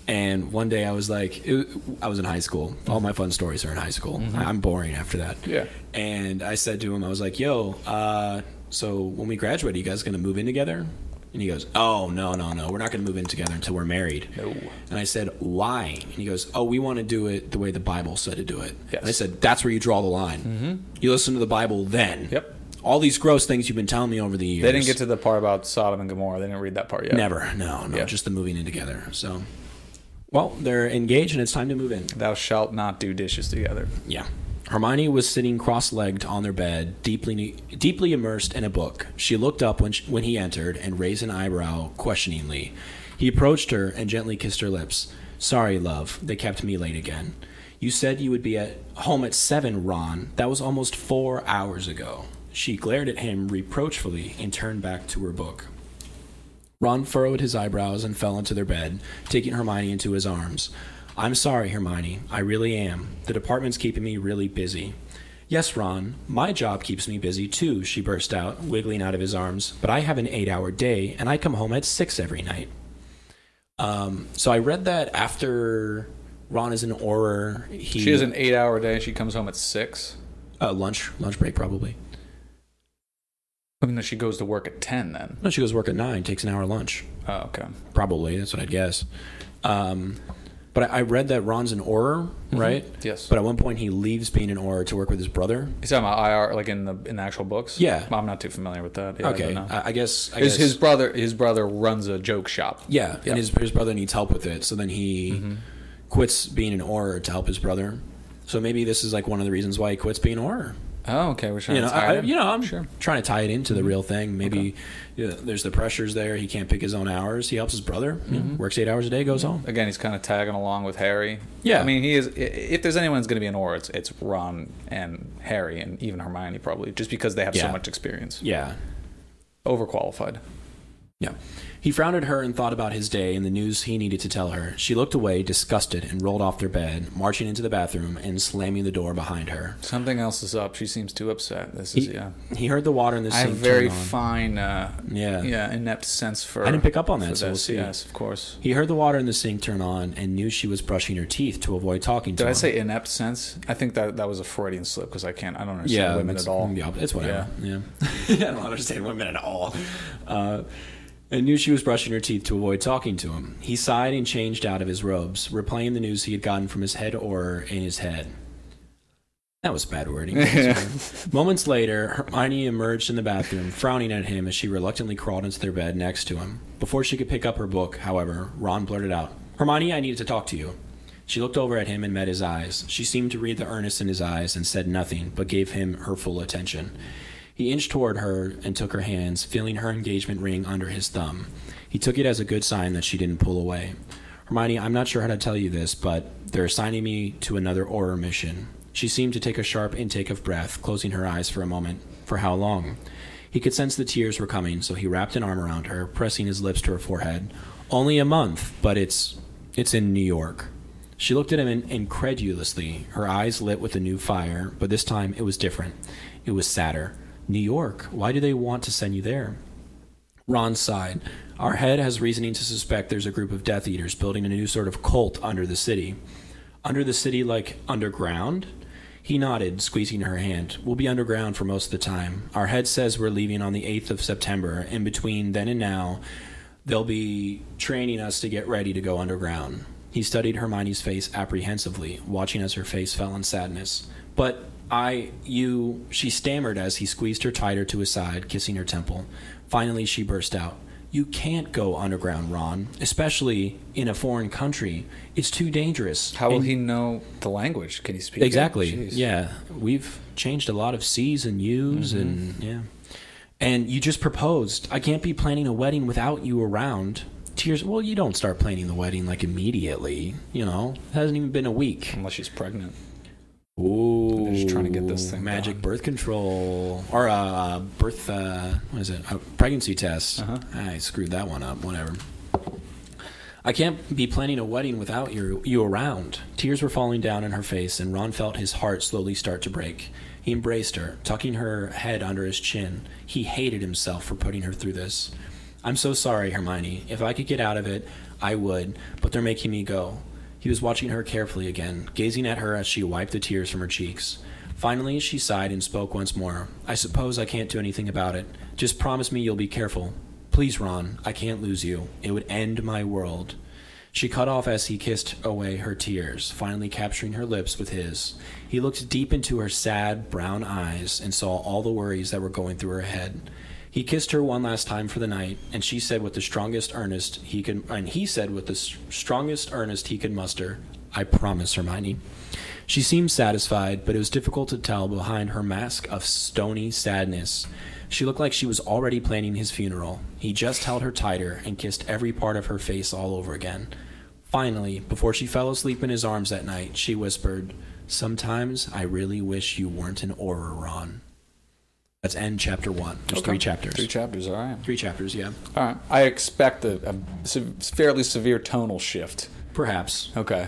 S1: And one day I was like, it, I was in high school. All my fun stories are in high school. I, am boring after that.
S2: Mm-hmm. Yeah.
S1: And I said to him, I was like, yo, uh, so when we graduate, are you guys going to move in together? And he goes, oh, no, no, no. We're not going to move in together until we're married.
S2: No.
S1: And I said, why? And he goes, oh, we want to do it the way the Bible said to do it.
S2: Yes. Mm-hmm.
S1: And I said, that's where you draw the line. You listen to the Bible then.
S2: Yep.
S1: All these gross things you've been telling me over the years.
S2: They didn't get to the part about Sodom and Gomorrah. They didn't read that part yet.
S1: Never. No, no.
S2: Yeah.
S1: Just the moving in together. So, well, they're engaged and it's time to move in.
S2: Thou shalt not do dishes together.
S1: Yeah. Hermione was sitting cross-legged on their bed, deeply deeply immersed in a book. She looked up when she, when he entered and raised an eyebrow questioningly. He approached her and gently kissed her lips. "Sorry, love. They kept me late again. You said you would be at home at 7, Ron. That was almost 4 hours ago." She glared at him reproachfully and turned back to her book. Ron furrowed his eyebrows and fell into their bed, taking Hermione into his arms. I'm sorry, Hermione. I really am. The department's keeping me really busy. Yes, Ron, my job keeps me busy too, she burst out, wiggling out of his arms, but I have an eight hour day and I come home at six every night. Um, so I read that after Ron is in horror. He,
S2: She has an eight hour day. She comes home at six.
S1: uh, lunch, lunch break probably.
S2: I mean, she goes to work at 10 then.
S1: No, she goes work at nine, takes an hour lunch.
S2: Oh, okay.
S1: Probably, that's what I'd guess. Um, but I, I read that Ron's an horror, right?
S2: Mm-hmm. Yes.
S1: But at one point, he leaves being an aura to work with his brother.
S2: He's talking about IR, like in the in the actual books.
S1: Yeah.
S2: Well, I'm not too familiar with that. Yeah, I
S1: okay,
S2: don't know.
S1: I, I guess. I
S2: his,
S1: guess
S2: his brother his brother runs a joke shop.
S1: yeah,
S2: Yeah.
S1: and his his brother needs help with it, so then he
S2: Mm-hmm.
S1: quits being an aura to help his brother. So maybe this is like one of the reasons why he quits being aura.
S2: Oh, okay. We're trying
S1: You know,
S2: to tie
S1: I,
S2: it in.
S1: you know, I'm
S2: Sure.
S1: trying to tie it into
S2: Mm-hmm.
S1: the real thing. Maybe you know, there's the pressures there. He can't pick his own hours. He helps his brother. you
S2: Mm-hmm.
S1: know, works eight hours a day, goes home.
S2: Again, he's kind of tagging along with Harry.
S1: Yeah.
S2: I mean, he is. i- If there's anyone that's going to be an aura, it's, it's Ron and Harry and even Hermione probably, just because they have so
S1: Yeah.
S2: much experience.
S1: Yeah,
S2: Overqualified.
S1: yeah. He frowned at her and thought about his day and the news he needed to tell her. She looked away, disgusted, and rolled off their bed, marching into the bathroom and slamming the door behind her.
S2: Something else is up. She seems too upset. This is
S1: He,
S2: yeah.
S1: he heard the water in the
S2: I
S1: sink.
S2: have very
S1: turn on.
S2: fine, uh,
S1: Yeah.
S2: yeah, inept sense for.
S1: I didn't pick up on
S2: for
S1: that, so we'll
S2: this.
S1: see.
S2: Yes, of course.
S1: He heard the water in the sink turn on and knew she was brushing her teeth to avoid talking to
S2: Did
S1: him.
S2: I say inept sense? I think that that was a Freudian slip because I can't. I don't understand
S1: yeah,
S2: women
S1: it's-
S2: at all.
S1: Yeah, it's whatever. Yeah, I don't understand women at all. Uh, and knew she was brushing her teeth to avoid talking to him. He sighed and changed out of his robes, replaying the news he had gotten from his head or in his head. That was bad wording. Moments later, Hermione emerged in the bathroom, frowning at him as she reluctantly crawled into their bed next to him. Before she could pick up her book, however, Ron blurted out, Hermione, I need to talk to you. She looked over at him and met his eyes. She seemed to read the earnest in his eyes and said nothing, but gave him her full attention. He inched toward her and took her hands, feeling her engagement ring under his thumb. He took it as a good sign that she didn't pull away. Hermione, I'm not sure how to tell you this, but they're assigning me to another Auror mission. She seemed to take a sharp intake of breath, closing her eyes for a moment. For how long? He could sense the tears were coming, so he wrapped an arm around her, pressing his lips to her forehead. Only a month, but it's it's in New York. She looked at him in- incredulously, her eyes lit with a new fire, but this time it was different. It was sadder. New York, why do they want to send you there? Ron sighed. Our head has reasoning to suspect there's a group of Death Eaters building a new sort of cult under the city. Under the city, like underground? He nodded, squeezing her hand. We'll be underground for most of the time. Our head says we're leaving on the 8th of September. In between then and now, they'll be training us to get ready to go underground. He studied Hermione's face apprehensively, watching as her face fell in sadness. But I, you, she stammered as he squeezed her tighter to his side, kissing her temple. Finally, she burst out. You can't go underground, Ron, especially in a foreign country. It's too dangerous.
S2: How will
S1: And-
S2: he know the language? Can he speak? it?
S1: Exactly.
S2: Jeez.
S1: Yeah, we've changed a lot of C's and U's, and yeah. And you just proposed. I can't be planning a wedding without you around. Tears. Well, you don't start planning the wedding like immediately. You know, it hasn't even been a week.
S2: Unless she's pregnant.
S1: Ooh,
S2: They're just trying to get this thing
S1: magic
S2: done.
S1: birth control or uh, birth. Uh, what is it? A pregnancy test.
S2: Uh-huh.
S1: I screwed that one up. Whatever. I can't be planning a wedding without you, you around. Tears were falling down in her face, and Ron felt his heart slowly start to break. He embraced her, tucking her head under his chin. He hated himself for putting her through this. I'm so sorry, Hermione. If I could get out of it, I would, but they're making me go. He was watching her carefully again, gazing at her as she wiped the tears from her cheeks. Finally, she sighed and spoke once more. I suppose I can't do anything about it. Just promise me you'll be careful. Please, Ron, I can't lose you. It would end my world. She cut off as he kissed away her tears, finally capturing her lips with his. He looked deep into her sad, brown eyes and saw all the worries that were going through her head. He kissed her one last time for the night, and she said with the strongest earnest he could, and he said with the s- strongest earnest he could muster, "I promise, Hermione." She seemed satisfied, but it was difficult to tell behind her mask of stony sadness. She looked like she was already planning his funeral. He just held her tighter and kissed every part of her face all over again. Finally, before she fell asleep in his arms that night, she whispered, Sometimes I really wish you weren't an Aura, Ron. That's end chapter one. There's three chapters.
S2: Three chapters. All right.
S1: three chapters, yeah.
S2: All right. I expect a, a se- fairly severe tonal shift.
S1: Perhaps.
S2: Okay.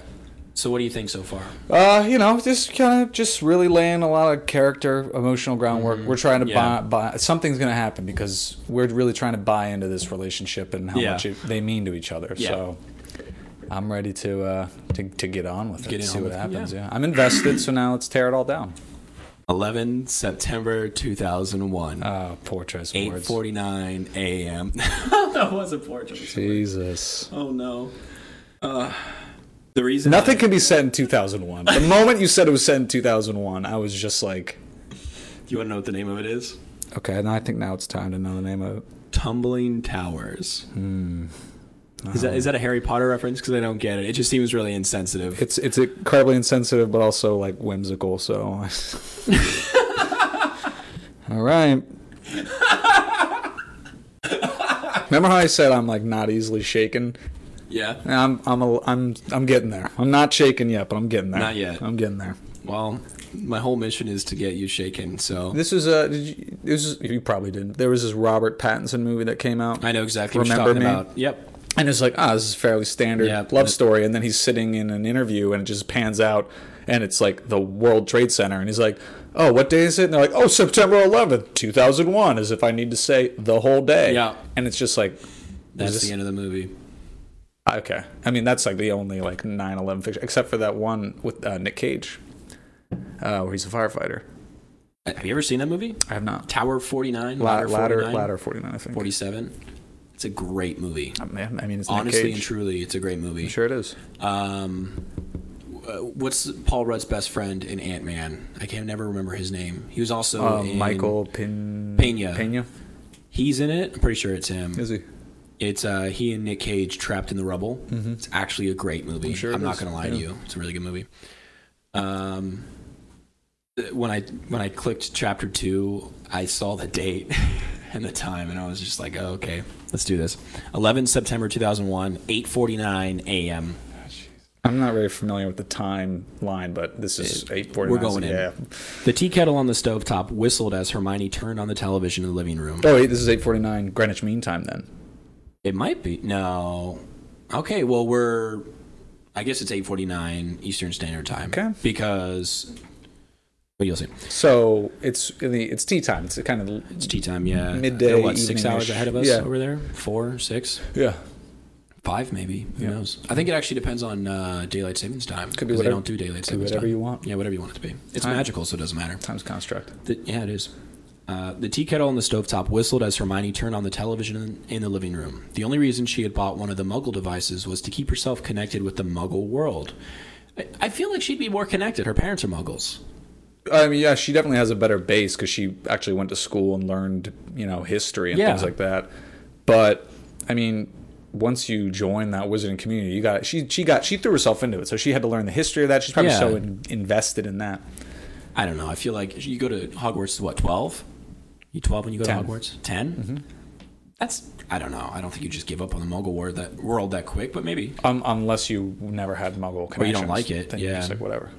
S1: So, what do you think so far?
S2: Uh, you know, just kind of just really laying a lot of character, emotional groundwork. We're trying to
S1: Mm-hmm. Yeah.
S2: buy, buy something's going to happen because we're really trying to buy into this relationship and how
S1: Yeah.
S2: much it, they mean to each other.
S1: Yeah.
S2: So I'm ready to uh to, to get on with it.
S1: Get in
S2: see
S1: on
S2: what
S1: with it,
S2: happens.
S1: yeah.
S2: yeah, I'm invested. So now let's tear it all down.
S1: 11 September 2001,
S2: Oh, poor choice of words.
S1: 8.49 a.m. that was a poor choice.
S2: Jesus.
S1: Oh no. Uh, the reason
S2: Nothing can be said in 2001. The moment you said it was said in 2001, I was just like,
S1: Do you want to know what the name of it is?
S2: okay, and I think now it's time to know the name of it.
S1: Tumbling Towers. Hmm. Is that is that a Harry Potter reference? Because I don't get it. It just seems really insensitive.
S2: It's it's incredibly insensitive, but also like whimsical. So All right. Remember how I said I'm like not easily shaken?
S1: Yeah.
S2: I'm I'm a, I'm I'm getting there. I'm not shaken yet, but I'm getting there.
S1: Not yet.
S2: I'm getting there.
S1: Well, my whole mission is to get you shaken. So
S2: This is a. Did you, this is you probably didn't. There was this Robert Pattinson movie that came out.
S1: I know exactly
S2: Remember
S1: what
S2: me?
S1: you're talking about. Yep.
S2: And it's like, ah, this is fairly standard
S1: Yeah,
S2: love
S1: but-
S2: story. And then he's sitting in an interview and it just pans out and it's like the World Trade Center. And he's like, oh, what day is it? And they're like, oh, September 11th, 2001, as if I need to say the whole day.
S1: Yeah.
S2: And it's just like,
S1: That's
S2: is this-
S1: the end of the movie.
S2: okay. I mean, that's like the only like 9 11 fiction, except for that one with uh, Nick Cage uh, where he's a firefighter.
S1: Have you ever seen that movie?
S2: I have not.
S1: Tower 49,
S2: La-
S1: Ladder,
S2: ladder,
S1: 49,
S2: ladder 49, I think.
S1: 47. It's a great movie.
S2: I mean, I mean, it's Nick
S1: Honestly
S2: Cage.
S1: and truly, it's a great movie.
S2: Sure, it is.
S1: Um, uh, what's Paul Rudd's best friend in Ant Man? I can never remember his name. He was also
S2: Uh,
S1: in-
S2: Michael Pin-
S1: Pena.
S2: Pena.
S1: He's in it. I'm pretty sure it's him.
S2: Is he?
S1: It's uh, he and Nick Cage trapped in the rubble. It's actually a great movie. I'm,
S2: Mm-hmm. sure it
S1: not
S2: is.
S1: going to lie to
S2: Yeah.
S1: you. It's a really good movie. Um, th- when I when I clicked chapter two, I saw the date and the time, and I was just like, oh, okay, let's do this. 11 September 2001, 8:49 a.m.
S2: I'm not very familiar with the timeline, but this is eight forty.
S1: We're going in.
S2: yeah.
S1: The tea kettle on the stovetop whistled as Hermione turned on the television in the living room.
S2: Oh wait, this is eight forty nine Greenwich Mean Time then.
S1: It might be no. Okay, well we're. I guess it's eight forty nine Eastern Standard Time.
S2: Okay.
S1: Because. But you'll see.
S2: So it's in the it's tea time. It's kind of
S1: It's tea time. Yeah.
S2: Midday,
S1: They're, What six
S2: evening-ish.
S1: hours ahead of us
S2: Yeah.
S1: over there? Four, six,
S2: yeah.
S1: five, maybe. Who
S2: Yeah.
S1: knows? I think it actually depends on uh, daylight savings time.
S2: Could be
S1: 'cause They
S2: whatever-
S1: don't do daylight
S2: could be
S1: savings
S2: whatever
S1: time.
S2: you want.
S1: Yeah, whatever you want it to be. It's
S2: Time.
S1: magical, so it doesn't matter.
S2: Time's construct.
S1: The, yeah, it is. Uh, the tea kettle on the stovetop whistled as Hermione turned on the television in, in the living room. The only reason she had bought one of the muggle devices was to keep herself connected with the muggle world. I, I feel like she'd be more connected. Her parents are muggles.
S2: I mean, yeah, she definitely has a better base because she actually went to school and learned you know history and
S1: Yeah.
S2: things like that. But I mean. Once you join that wizarding community, you got she she got she threw herself into it, so she had to learn the history of that. She's probably
S1: Yeah.
S2: so in, invested in that.
S1: I don't know. I feel like you go to Hogwarts, what, 12? You 12 when you go
S2: Ten.
S1: to Hogwarts? 10? That's, I don't know. I don't think you just give up on the muggle world that, world that quick, but maybe.
S2: Um, unless you never had Muggle connections,
S1: you don't like it,
S2: Then you're
S1: yeah.
S2: just like whatever.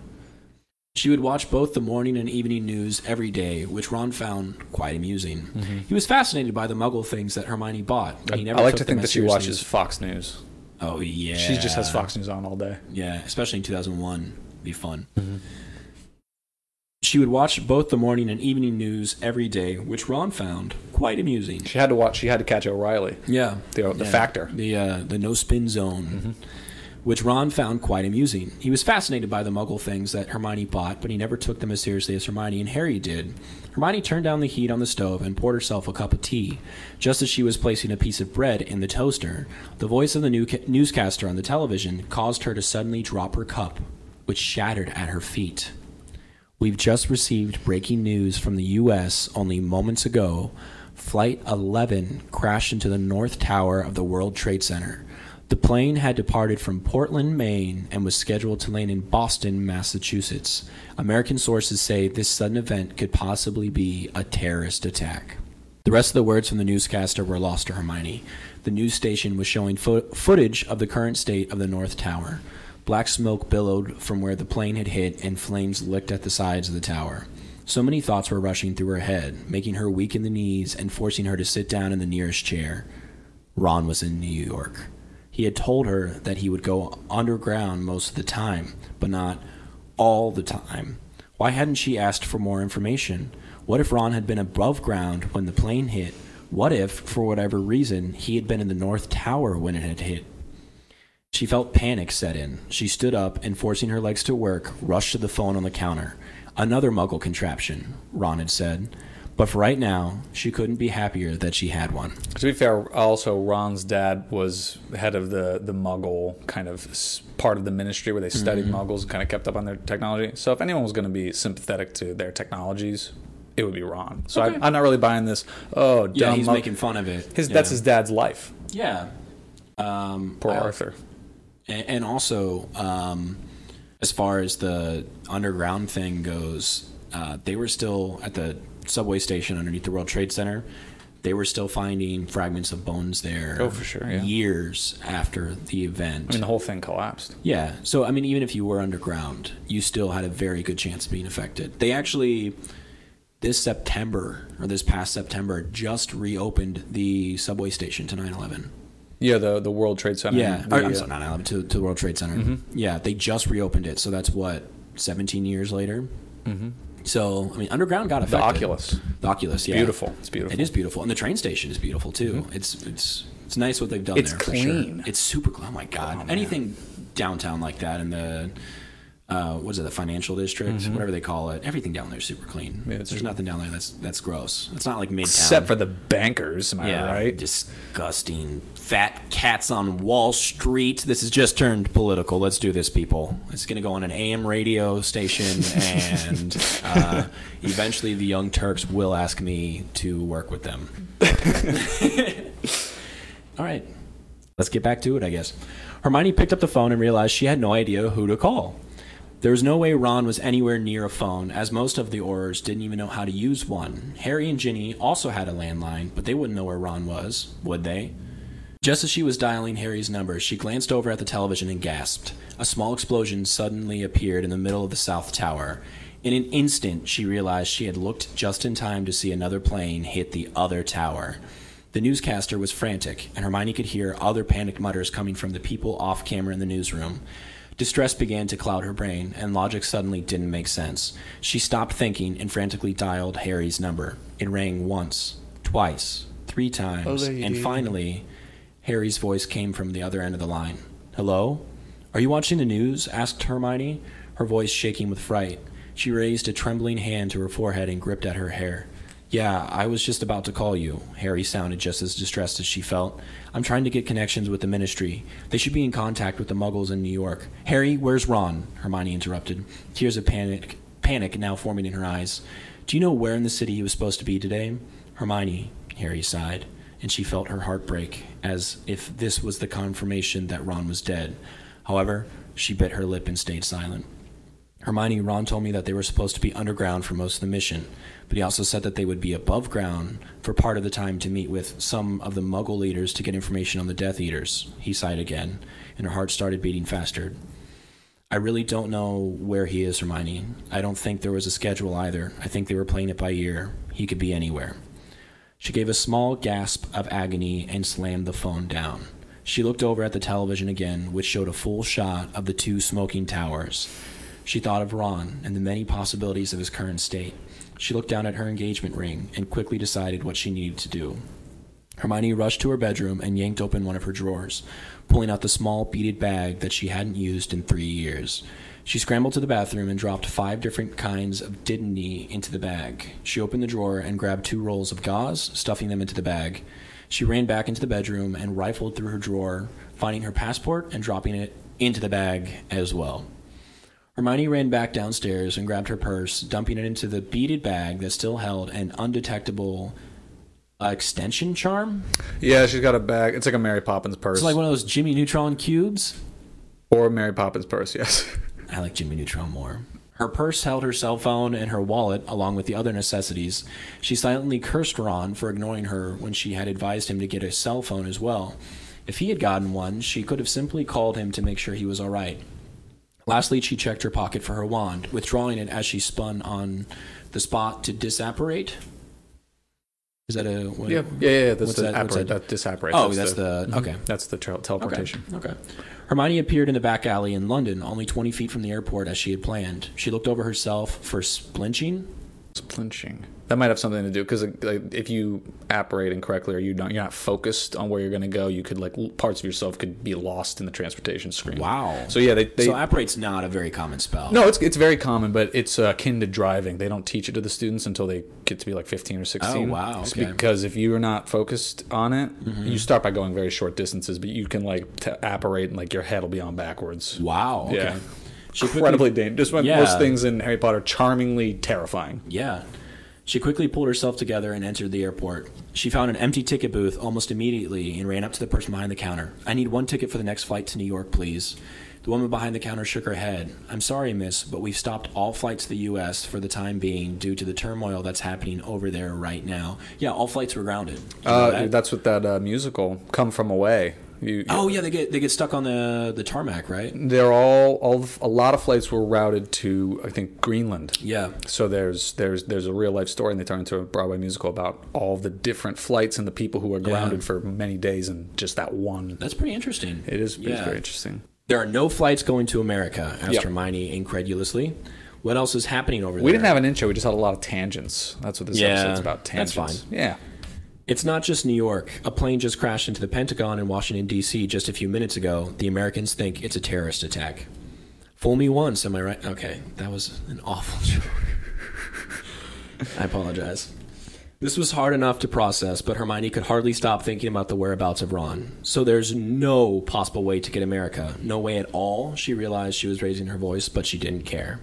S1: She would watch both the morning and evening news every day, which Ron found quite amusing. He was fascinated by the muggle things that Hermione bought. and he never
S2: Mm-hmm. I like
S1: took
S2: to
S1: them
S2: think that
S1: as
S2: she
S1: seriously
S2: watches Fox News.
S1: as- Oh, yeah.
S2: She just has Fox News on all day.
S1: Yeah, especially in 2001. Be fun.
S2: Mm-hmm.
S1: She would watch both the morning and evening news every day, which Ron found quite amusing.
S2: She had to watch. She had to catch O'Reilly,
S1: Yeah.
S2: the, the
S1: Yeah.
S2: factor. Mm-hmm.
S1: The uh, the no spin zone, which Ron found quite amusing. He was fascinated by the Muggle things that Hermione bought, but he never took them as seriously as Hermione and Harry did. Hermione turned down the heat on the stove and poured herself a cup of tea. Just as she was placing a piece of bread in the toaster, the voice of the new newscaster on the television caused her to suddenly drop her cup, which shattered at her feet. We've just received breaking news from the U.S. only moments ago. Flight 11 crashed into the North Tower of the World Trade Center. The plane had departed from Portland, Maine, and was scheduled to land in Boston, Massachusetts. American sources say this sudden event could possibly be a terrorist attack. The rest of the words from the newscaster were lost to Hermione. The news station was showing fo- footage of the current state of the North Tower. Black smoke billowed from where the plane had hit, and flames licked at the sides of the tower. So many thoughts were rushing through her head, making her weak in the knees and forcing her to sit down in the nearest chair. Ron was in New York. He had told her that he would go underground most of the time, but not all the time. Why hadn't she asked for more information? What if Ron had been above ground when the plane hit? What if, for whatever reason, he had been in the North Tower when it had hit? She felt panic set in. She stood up and, forcing her legs to work, rushed to the phone on the counter. Another muggle contraption, Ron had said. But for right now, she couldn't be happier that she had one.
S2: To be fair, also Ron's dad was head of the the Muggle kind of s- part of the ministry where they studied
S1: Mm-hmm.
S2: Muggles and kind of kept up on their technology. So if anyone was going to be sympathetic to their technologies, it would be Ron. So I, I'm not really buying this. Oh,
S1: Yeah,
S2: dumb
S1: he's
S2: Muggle.
S1: making fun of it.
S2: his
S1: yeah.
S2: that's his dad's life.
S1: yeah. Um,
S2: Poor
S1: I-
S2: Arthur.
S1: and, and also um, as far as the underground thing goes, uh, they were still at the subway station underneath the World Trade Center, they were still finding fragments of bones there.
S2: Oh, for sure, yeah.
S1: Years after the event.
S2: I mean, the whole thing collapsed.
S1: Yeah. So I mean, even if you were underground, you still had a very good chance of being affected. They actually, this September or this past September, just reopened the subway station to 9/11.
S2: Yeah, the the World Trade Center.
S1: Yeah,
S2: The,
S1: or,
S2: uh,
S1: I'm sorry, 9/11 to to the World Trade Center.
S2: Mm-hmm.
S1: Yeah, they just reopened it. So that's what 17 years later. So I mean, underground got
S2: Mm-hmm. the
S1: affected.
S2: Oculus.
S1: The Oculus. Yeah.
S2: Beautiful. It's beautiful. Mm-hmm.
S1: It is beautiful, and the train station is beautiful too. It's it's it's nice what they've done
S2: It's
S1: there. for sure.
S2: clean.
S1: It's super clean. Oh my god! Anything downtown like that in the uh, what is it? The financial district, whatever they call it. Everything down there is super clean.
S2: Mm-hmm. it's
S1: There's nothing down there that's that's gross. It's not like midtown.
S2: Except for the bankers, am I
S1: yeah,
S2: right?
S1: disgusting fat cats on Wall Street. This has just turned political. Let's do this, people. It's going to go on an AM radio station, and uh, eventually the Young Turks will ask me to work with them. All right, let's get back to it, I guess. Hermione picked up the phone and realized she had no idea who to call. There was no way Ron was anywhere near a phone, as most of the Aurors didn't even know how to use one. Harry and Ginny also had a landline, but they wouldn't know where Ron was, would they? Just as she was dialing Harry's number, she glanced over at the television and gasped. A small explosion suddenly appeared in the middle of the South Tower. In an instant, she realized she had looked just in time to see another plane hit the other tower. The newscaster was frantic, and Hermione could hear other panicked mutters coming from the people off camera in the newsroom. Distress began to cloud her brain, and logic suddenly didn't make sense. She stopped thinking and frantically dialed Harry's number. It rang once, twice, three times, and finally, Harry's voice came from the other end of the line. Hello? Are you watching the news? asked Hermione, her voice shaking with fright. She raised a trembling hand to her forehead and gripped at her hair. Yeah, I was just about to call you. Harry sounded just as distressed as she felt. I'm trying to get connections with the ministry. They should be in contact with the muggles in New York. Harry, where's Ron? Hermione interrupted, tears of panic panic now forming in her eyes. Do you know where in the city he was supposed to be today? Hermione, Harry sighed and she felt her heart break as if this was the confirmation that Ron was dead. However, she bit her lip and stayed silent. Hermione, Ron told me that they were supposed to be underground for most of the mission, but he also said that they would be above ground for part of the time to meet with some of the Muggle leaders to get information on the Death Eaters. He sighed again, and her heart started beating faster. I really don't know where he is, Hermione. I don't think there was a schedule either. I think they were playing it by ear. He could be anywhere. She gave a small gasp of agony and slammed the phone down. She looked over at the television again, which showed a full shot of the two smoking towers. She thought of Ron and the many possibilities of his current state. She looked down at her engagement ring and quickly decided what she needed to do. Hermione rushed to her bedroom and yanked open one of her drawers, pulling out the small beaded bag that she hadn't used in three years. She scrambled to the bathroom and dropped five different kinds of didney into the bag. She opened the drawer and grabbed two rolls of gauze, stuffing them into the bag. She ran back into the bedroom and rifled through her drawer, finding her passport and dropping it into the bag as well. Hermione ran back downstairs and grabbed her purse, dumping it into the beaded bag that still held an undetectable uh, extension charm.
S2: Yeah, she's got a bag. It's like a Mary Poppins purse.
S1: It's like one of those Jimmy Neutron cubes.
S2: or Mary Poppins purse, yes.
S1: I like Jimmy Neutron more. Her purse held her cell phone and her wallet, along with the other necessities. She silently cursed Ron for ignoring her when she had advised him to get a cell phone as well. If he had gotten one, she could have simply called him to make sure he was all right. Lastly, she checked her pocket for her wand, withdrawing it as she spun on the spot to disapparate. Is that a what,
S2: yeah, Mm-hmm. yeah, yeah. That's
S1: What's
S2: the
S1: that- what's
S2: apparate-
S1: that?
S2: that? disapparates.
S1: Oh, that's, the, okay.
S2: that's the tra- teleportation.
S1: Okay. okay. Hermione appeared in the back alley in London, only 20 feet from the airport as she had planned. She looked over herself for splinching.
S2: Splinching. That might have something to do because like, if you apparate incorrectly or you don't, you're not focused on where you're going to go. You could like l- parts of yourself could be lost in the transportation screen.
S1: Wow.
S2: So yeah, they, they
S1: so apparate's not a very common spell.
S2: no, it's it's very common, but it's uh, akin to driving. They don't teach it to the students until they get to be like 15 or 16.
S1: Oh, wow,
S2: It's
S1: okay. Mm-hmm.
S2: because if you're not focused on it, you start by going very short distances, but you can like t- apparate and like your head will be on backwards.
S1: Wow. Okay.
S2: Yeah.
S1: She quickly-
S2: Incredibly dangerous. Just
S1: Yeah.
S2: most things in Harry Potter charmingly terrifying.
S1: Yeah. She quickly pulled herself together and entered the airport. She found an empty ticket booth almost immediately and ran up to the person behind the counter. I need one ticket for the next flight to New York, please. The woman behind the counter shook her head. I'm sorry, miss, but we've stopped all flights to the U.S. for the time being due to the turmoil that's happening over there right now. Yeah, all flights were grounded. Did you know
S2: Uh,
S1: that?
S2: That's what that uh, musical "Come From Away." You,
S1: oh, yeah, they get they get stuck on the the tarmac, right?
S2: they're all all the- a lot of flights were routed to I think Greenland.
S1: Yeah.
S2: So there's there's there's a real life story, and they turn into a Broadway musical about all the different flights and the people who are grounded for many days and just that one.
S1: That's pretty interesting.
S2: It is it's
S1: Yeah.
S2: very interesting.
S1: There are no flights going to America, asked
S2: Yep.
S1: Hermione incredulously. What else is happening over there?
S2: We didn't have an intro. We just had a lot of tangents. That's what this
S1: Yeah,
S2: episode's about.
S1: that's
S2: Tangents. Yeah.
S1: It's not just New York. A plane just crashed into the Pentagon in Washington, D.C. just a few minutes ago. The Americans think it's a terrorist attack. Fool me once, am I right? Okay, that was an awful joke. I apologize. This was hard enough to process, but Hermione could hardly stop thinking about the whereabouts of Ron. So there's no possible way to get America. No way at all. She realized she was raising her voice, but she didn't care.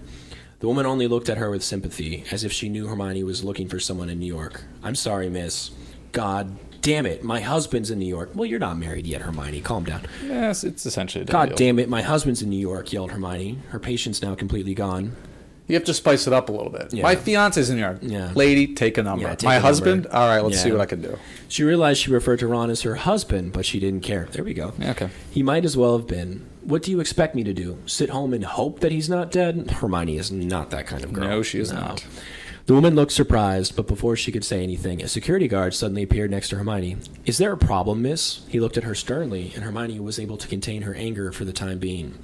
S1: The woman only looked at her with sympathy, as if she knew Hermione was looking for someone in New York. I'm sorry, miss. God damn it, my husband's in New York. Well, you're not married yet, Hermione. Calm down.
S2: Yes, it's essentially. a done
S1: God
S2: deal.
S1: damn it, my husband's in New York, yelled Hermione, her patience now completely gone.
S2: You have to spice it up a little bit. My fiance's in here.
S1: Yeah.
S2: Lady, take a number.
S1: Yeah, take
S2: My
S1: a number.
S2: husband. All right, let's see
S1: Yeah.
S2: what I can do.
S1: She realized she referred to Ron as her husband, but she didn't care. There we go.
S2: Yeah, okay.
S1: He might as well have been. What do you expect me to do? Sit home and hope that he's not dead? Hermione is not that kind of girl.
S2: No, she is not.
S1: The woman looked surprised, but before she could say anything, a security guard suddenly appeared next to Hermione. Is there a problem, miss? He looked at her sternly, and Hermione was able to contain her anger for the time being.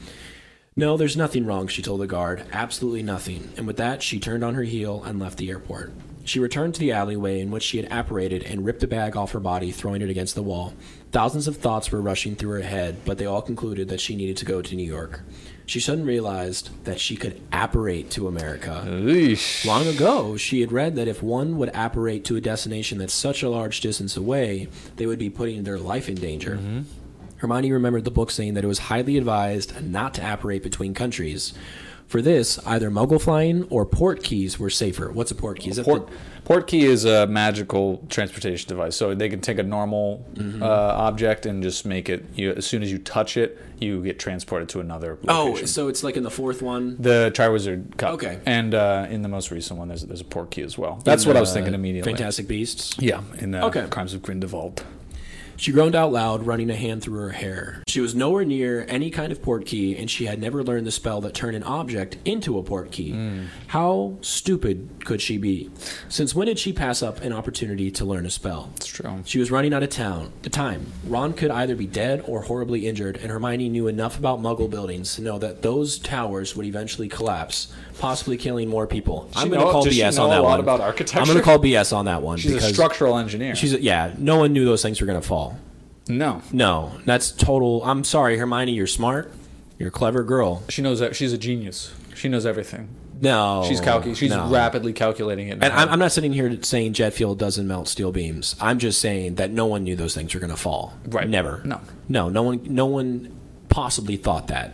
S1: No, there's nothing wrong, she told the guard. Absolutely nothing. And with that, she turned on her heel and left the airport. She returned to the alleyway in which she had apparated and ripped the bag off her body, throwing it against the wall. Thousands of thoughts were rushing through her head, but they all concluded that she needed to go to New York. She suddenly realized that she could apparate to America. Long ago, she had read that if one would apparate to a destination that's such a large distance away, they would be putting their life in danger. Hermione remembered the book saying that it was highly advised not to apparate between countries. For this, either muggle flying or port keys were safer. What's a port key? Is that the-
S2: Port, port key is a magical transportation device, so they can take a normal
S1: Mm-hmm.
S2: uh, object and just make it. You, as soon as you touch it, you get transported to another.
S1: oh,
S2: location.
S1: so it's like in the fourth one?
S2: the Triwizard Cup.
S1: Okay.
S2: and uh, in the most recent one, there's there's a port key as well. That's what I was thinking
S1: Uh,
S2: immediately.
S1: Fantastic Beasts.
S2: Yeah, in the
S1: Okay.
S2: Crimes of Grindelwald.
S1: She groaned out loud, running a hand through her hair. She was nowhere near any kind of port key, and she had never learned the spell that turned an object into a port key.
S2: Hmm.
S1: How stupid could she be? Since when did she pass up an opportunity to learn a spell?
S2: It's true.
S1: She was running out of town. The time. Ron could either be dead or horribly injured, and Hermione knew enough about Muggle buildings to know that those towers would eventually collapse, possibly killing more people. I'm going to
S2: know-
S1: call
S2: does she
S1: BS
S2: know
S1: on
S2: a
S1: that
S2: lot
S1: one.
S2: about
S1: I'm going
S2: architecture?
S1: to call BS on that one
S2: She's a
S1: because
S2: structural engineer.
S1: she's a- yeah. No one knew those things were going to fall.
S2: no.
S1: No, that's total. I'm sorry, Hermione. You're smart. You're a clever girl.
S2: She knows that she's a genius. She knows everything.
S1: No,
S2: She's calcu- She's
S1: Oh, no.
S2: rapidly calculating it. in
S1: And
S2: her
S1: I'm, I'm not sitting here saying jet fuel doesn't melt steel beams. I'm just saying that no one knew those things were going to fall.
S2: Right.
S1: Never.
S2: No.
S1: No. No one. No one possibly thought that.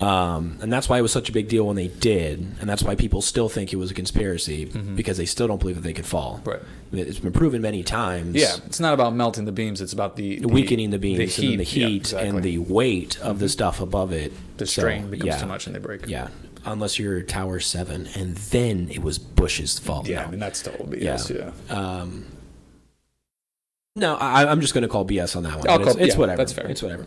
S1: Um, and that's why it was such a big deal when they did, and that's why people still think it was a conspiracy because they still don't believe that they could fall.
S2: Mm-hmm. Right.
S1: It's been proven many times.
S2: Yeah, it's not about melting the beams. It's about the, the-
S1: Weakening the beams and then the
S2: Yeah,
S1: heat and
S2: exactly.
S1: the weight of the stuff above it.
S2: the
S1: So,
S2: strain becomes
S1: yeah.
S2: too much and they break.
S1: Yeah, unless you're Tower Seven, and then it was Bush's fault.
S2: yeah. I
S1: No.
S2: mean that's still BS. Yeah,
S1: Um, no, I, I'm just going to call BS on that one.
S2: I'll
S1: But
S2: call-
S1: it's, it's
S2: yeah,
S1: whatever.
S2: that's fair.
S1: It's whatever.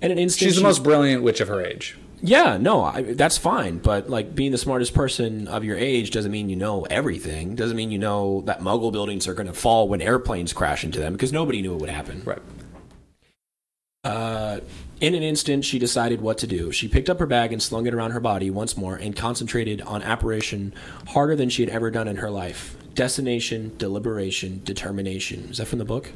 S1: And an instant,
S2: she's the
S1: she-
S2: most brilliant witch of her age.
S1: Yeah, no, I, that's fine. But like being the smartest person of your age doesn't mean you know everything. Doesn't mean you know that Muggle buildings are going to fall when airplanes crash into them because nobody knew it would happen.
S2: Right.
S1: Uh, in an instant, she decided what to do. She picked up her bag and slung it around her body once more and concentrated on apparition harder than she had ever done in her life. Destination, deliberation, determination. Is that from the book?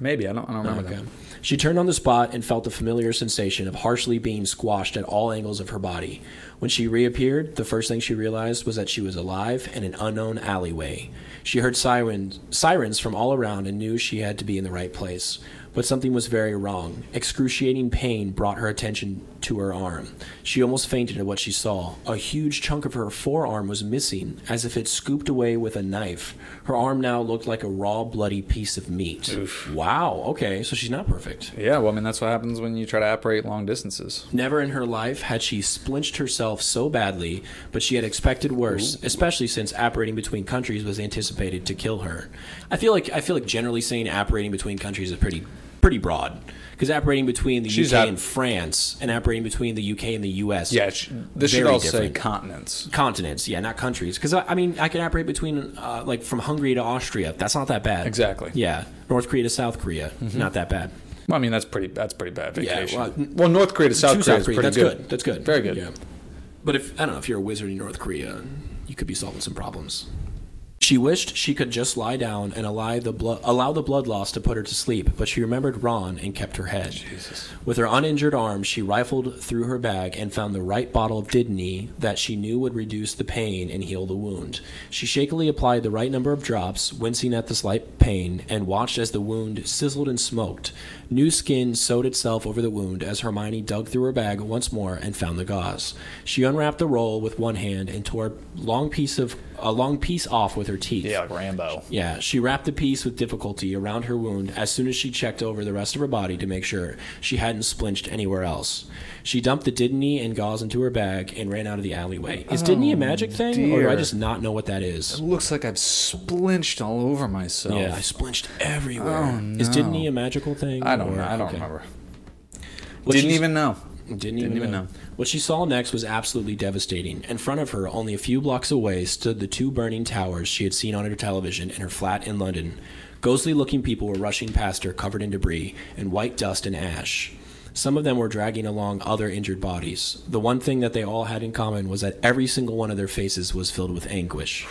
S2: Maybe I don't. I don't remember that.
S1: She turned on the spot and felt the familiar sensation of harshly being squashed at all angles of her body. When she reappeared, the first thing she realized was that she was alive in an unknown alleyway. She heard sirens, sirens from all around and knew she had to be in the right place. but something was very wrong. Excruciating pain brought her attention to her arm. She almost fainted at what she saw. A huge chunk of her forearm was missing, as if it scooped away with a knife. Her arm now looked like a raw, bloody piece of meat. Wow, okay, so she's not perfect.
S2: Yeah, well, I mean, that's what happens when you try to operate long distances.
S1: Never in her life had she splinched herself so badly, but she had expected worse, especially since operating between countries was anticipated to kill her. I feel like I feel like generally saying operating between countries is pretty pretty broad because operating between the
S2: She's
S1: UK
S2: out-
S1: and France and operating between the UK and the US.
S2: Yeah, sh- this should
S1: Very
S2: all
S1: different.
S2: say continents.
S1: Continents, yeah, not countries. Because I, I mean, I can operate between uh, like from Hungary to Austria. That's not that bad.
S2: Exactly. Mm-hmm.
S1: Yeah, North Korea to South Korea. Not that bad.
S2: Well, I mean, that's pretty. That's pretty bad
S1: Yeah,
S2: vacation.
S1: well,
S2: well, North Korea to South
S1: to
S2: Korea
S1: South
S2: is
S1: Korea.
S2: pretty
S1: That's good.
S2: good.
S1: That's good.
S2: Very good.
S1: Yeah. But if I don't know if you're a wizard in North Korea, you could be solving some problems. She wished she could just lie down and allow the blood allow the blood loss to put her to sleep, but she remembered Ron and kept her head. With her uninjured arm, she rifled through her bag and found the right bottle of Didney that she knew would reduce the pain and heal the wound. She shakily applied the right number of drops, wincing at the slight pain, and watched as the wound sizzled and smoked. New skin sewed itself over the wound as Hermione dug through her bag once more and found the gauze. She unwrapped the roll with one hand and tore a long piece of a long piece off with her teeth.
S2: Yeah, like Rambo.
S1: Yeah, she wrapped the piece with difficulty around her wound as soon as she checked over the rest of her body to make sure she hadn't splinched anywhere else. She dumped the Didney and gauze into her bag and ran out of the alleyway. Is Didney a magic thing, or do I
S2: Oh, dear.
S1: just not know what that is?
S2: Looks like I've splinched all over myself.
S1: Yeah, I splinched everywhere.
S2: Oh,
S1: Is
S2: no.
S1: Didney a magical thing?
S2: I don't
S1: or-
S2: know. I don't
S1: okay.
S2: remember.
S1: What
S2: Didn't
S1: she's-
S2: even know.
S1: Didn't, even,
S2: even
S1: know.
S2: know.
S1: What she saw next was absolutely devastating. In front of her, only a few blocks away, stood the two burning towers she had seen on her television in her flat in London. Ghostly looking people were rushing past her, covered in debris and white dust and ash. Some of them were dragging along other injured bodies. The one thing that they all had in common was that every single one of their faces was filled with anguish.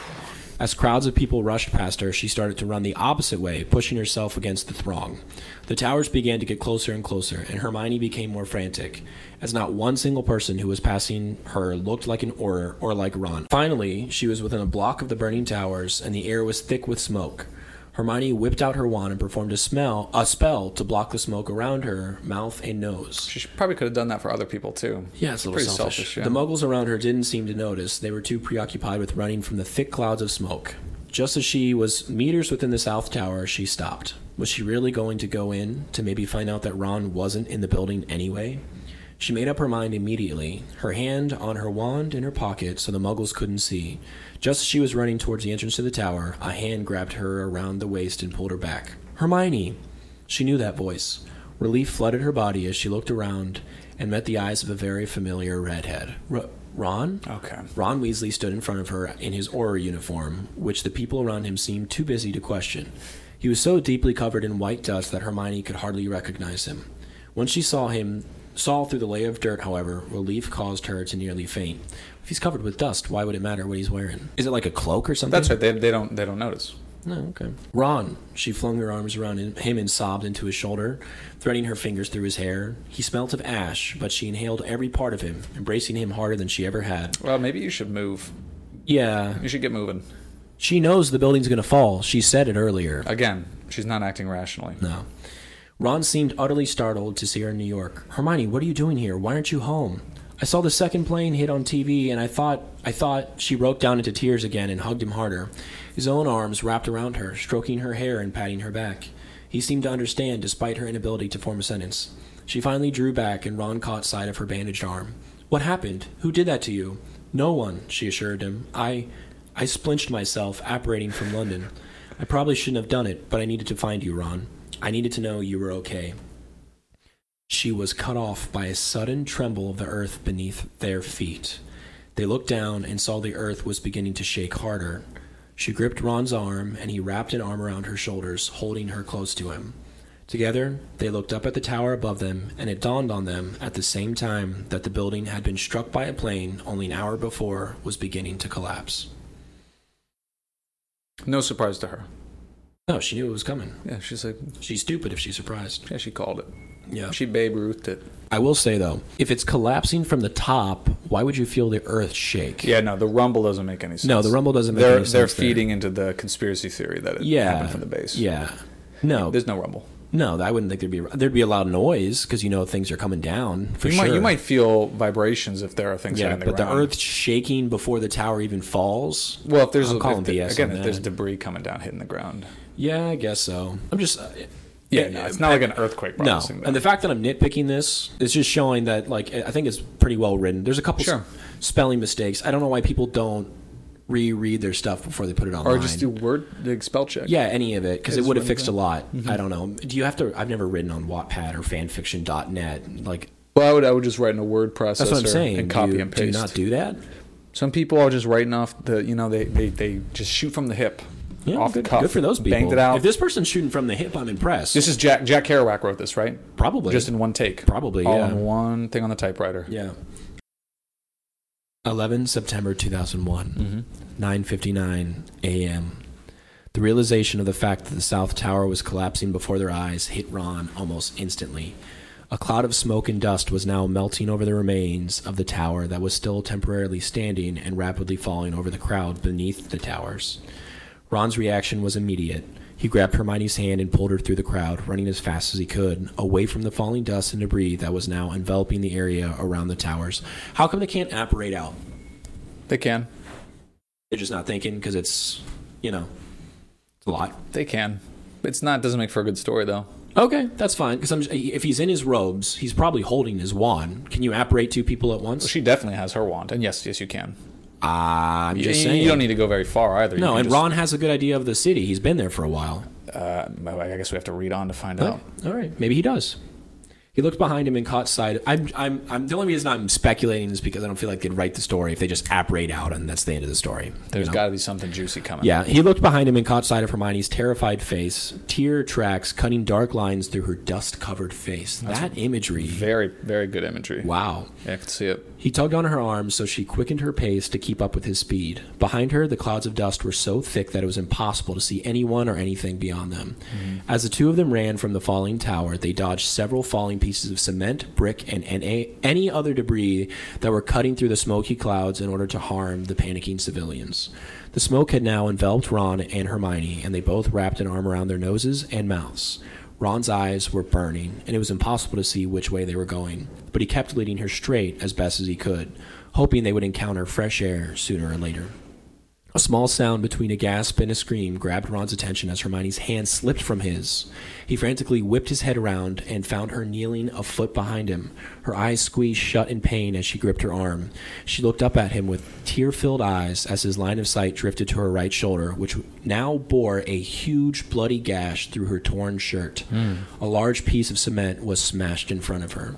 S1: As crowds of people rushed past her, she started to run the opposite way, pushing herself against the throng. The towers began to get closer and closer, and Hermione became more frantic, as not one single person who was passing her looked like an orr or like Ron. Finally, she was within a block of the burning towers, and the air was thick with smoke. Hermione whipped out her wand and performed a smell, a spell to block the smoke around her mouth and nose.
S2: She should- probably could have done that for other people too.
S1: Yeah, it's a little
S2: pretty
S1: selfish.
S2: selfish, yeah.
S1: The moguls around her didn't seem to notice. They were too preoccupied with running from the thick clouds of smoke. Just as she was meters within the South Tower, she stopped. Was she really going to go in to maybe find out that Ron wasn't in the building anyway? She made up her mind immediately, her hand on her wand in her pocket so the muggles couldn't see. Just as she was running towards the entrance to the tower, a hand grabbed her around the waist and pulled her back. Hermione! She knew that voice. Relief flooded her body as she looked around and met the eyes of a very familiar redhead. R- Ron?
S2: Okay.
S1: Ron Weasley stood in front of her in his aura uniform, which the people around him seemed too busy to question. He was so deeply covered in white dust that Hermione could hardly recognize him. When she saw him, saw through the layer of dirt, however, relief caused her to nearly faint. If he's covered with dust, why would it matter what he's wearing? Is it like a cloak or something?
S2: That's right. They, they don't they don't notice.
S1: No, okay. Ron, she flung her arms around him- him and sobbed into his shoulder, threading her fingers through his hair. He smelt of ash, but she inhaled every part of him, embracing him harder than she ever had.
S2: Well, maybe you should move.
S1: Yeah,
S2: You should get moving.
S1: she knows the building's gonna fall. She said it earlier.
S2: Again, she's not acting rationally.
S1: No. Ron seemed utterly startled to see her in New York. Hermione, what are you doing here? Why aren't you home? I saw the second plane hit on TV and I thought I thought she broke down into tears again and hugged him harder. His own arms wrapped around her, stroking her hair and patting her back. He seemed to understand despite her inability to form a sentence. She finally drew back and Ron caught sight of her bandaged arm. What happened? Who did that to you? No one, she assured him. I I splinched myself, apparating from London. I probably shouldn't have done it, but I needed to find you, Ron. I needed to know you were okay. She was cut off by a sudden tremble of the earth beneath their feet. They looked down and saw the earth was beginning to shake harder. She gripped Ron's arm, and he wrapped an arm around her shoulders, holding her close to him. Together, they looked up at the tower above them, and it dawned on them at the same time that the building had been struck by a plane only an hour before was beginning to collapse.
S2: No surprise to her.
S1: No, she knew it was coming.
S2: Yeah, she's like,
S1: She's stupid if she's surprised.
S2: yeah, she called it.
S1: Yeah.
S2: She Babe Ruthed it.
S1: I will say though, if it's collapsing from the top, why would you feel the earth shake?
S2: Yeah, no, the rumble doesn't make any sense.
S1: No, the rumble doesn't make
S2: they're,
S1: any sense.
S2: They're
S1: there.
S2: feeding into the conspiracy theory that it
S1: Yeah.
S2: happened from the base.
S1: Yeah. No.
S2: There's no rumble.
S1: No, I wouldn't think there'd be there'd be a loud noise because you know things are coming down for
S2: You
S1: sure.
S2: might you might feel vibrations if there are things
S1: yeah,
S2: hitting the
S1: but the
S2: ground.
S1: Earth's shaking before the tower even falls.
S2: Well, if there's
S1: I'm
S2: if
S1: calling
S2: the-
S1: BS
S2: again,
S1: on
S2: if there's
S1: that.
S2: debris coming down hitting the ground.
S1: Yeah, I guess so. I'm just uh,
S2: Yeah, no, it's not like an earthquake.
S1: no,
S2: processing
S1: and
S2: that.
S1: the fact that I'm nitpicking this is just showing that like I think it's pretty well written. There's a couple s-
S2: Sure.
S1: spelling mistakes. I don't know why people don't reread their stuff before they put it online.
S2: or just do word like spell check.
S1: yeah, any of it because it
S2: Is
S1: would have
S2: one
S1: fixed a
S2: thing. Mm-hmm.
S1: lot. I don't know. Do you have to? I've never written on Wattpad or fanfiction.net. Like
S2: Well, I would I would just write in a word processor
S1: that's what I'm saying.
S2: and copy
S1: do you,
S2: and
S1: Do
S2: paste.
S1: you not do that?
S2: Some people are just writing off the you know they they, they just shoot from the hip,
S1: Yeah,
S2: off
S1: good,
S2: the cuff.
S1: good for those people.
S2: Banged it out.
S1: If this person's shooting from the hip, I'm impressed.
S2: This is Jack Jack Kerouac wrote this, right?
S1: probably
S2: Just in one take.
S1: Probably,
S2: All
S1: yeah.
S2: in one thing on the typewriter.
S1: yeah. 11 September 2001.
S2: Mm-hmm.
S1: 9:59 a.m. The realization of the fact that the South Tower was collapsing before their eyes hit Ron almost instantly. A cloud of smoke and dust was now melting over the remains of the tower that was still temporarily standing and rapidly falling over the crowd beneath the towers. Ron's reaction was immediate. He grabbed Hermione's hand and pulled her through the crowd, running as fast as he could, away from the falling dust and debris that was now enveloping the area around the towers. How come they can't apparate out?
S2: They can.
S1: they're just not thinking because it's you know it's a lot
S2: They can. It's not doesn't make for a good story though.
S1: okay that's fine because if he's in his robes he's probably holding his wand can you apparate two people at once
S2: She definitely has her wand, and yes, yes, you can.
S1: Uh, i'm just
S2: you,
S1: saying
S2: you don't need to go very far either. You
S1: no
S2: can
S1: and
S2: just-
S1: ron has a good idea of the city he's been there for a while
S2: Uh, I guess we have to read on to find out.
S1: Oh. all right maybe he does he looked behind him and caught sight. I'm, I'm, I'm. The only reason I'm speculating is because I don't feel like they'd write the story if they just apparate out and that's the end of the story.
S2: There's
S1: you know?
S2: got to be something juicy coming.
S1: Yeah, he looked behind him and caught sight of Hermione's terrified face, tear tracks cutting dark lines through her dust covered face. that imagery.
S2: Very, very good imagery.
S1: wow.
S2: Yeah, I could see it.
S1: He tugged on her arm so she quickened her pace to keep up with his speed. Behind her, the clouds of dust were so thick that it was impossible to see anyone or anything beyond them. As the two of them ran from the falling tower, they dodged several falling pieces of cement, brick, and, and a- any other debris that were cutting through the smoky clouds in order to harm the panicking civilians. The smoke had now enveloped Ron and Hermione, and they both wrapped an arm around their noses and mouths. Ron's eyes were burning, and it was impossible to see which way they were going, but he kept leading her straight as best as he could, hoping they would encounter fresh air sooner or later. A small sound between a gasp and a scream grabbed Ron's attention as Hermione's hand slipped from his. He frantically whipped his head around and found her kneeling a foot behind him, her eyes squeezed shut in pain as she gripped her arm. She looked up at him with tear filled eyes as his line of sight drifted to her right shoulder, which now bore a huge bloody gash through her torn shirt. A large piece of cement was smashed in front of her.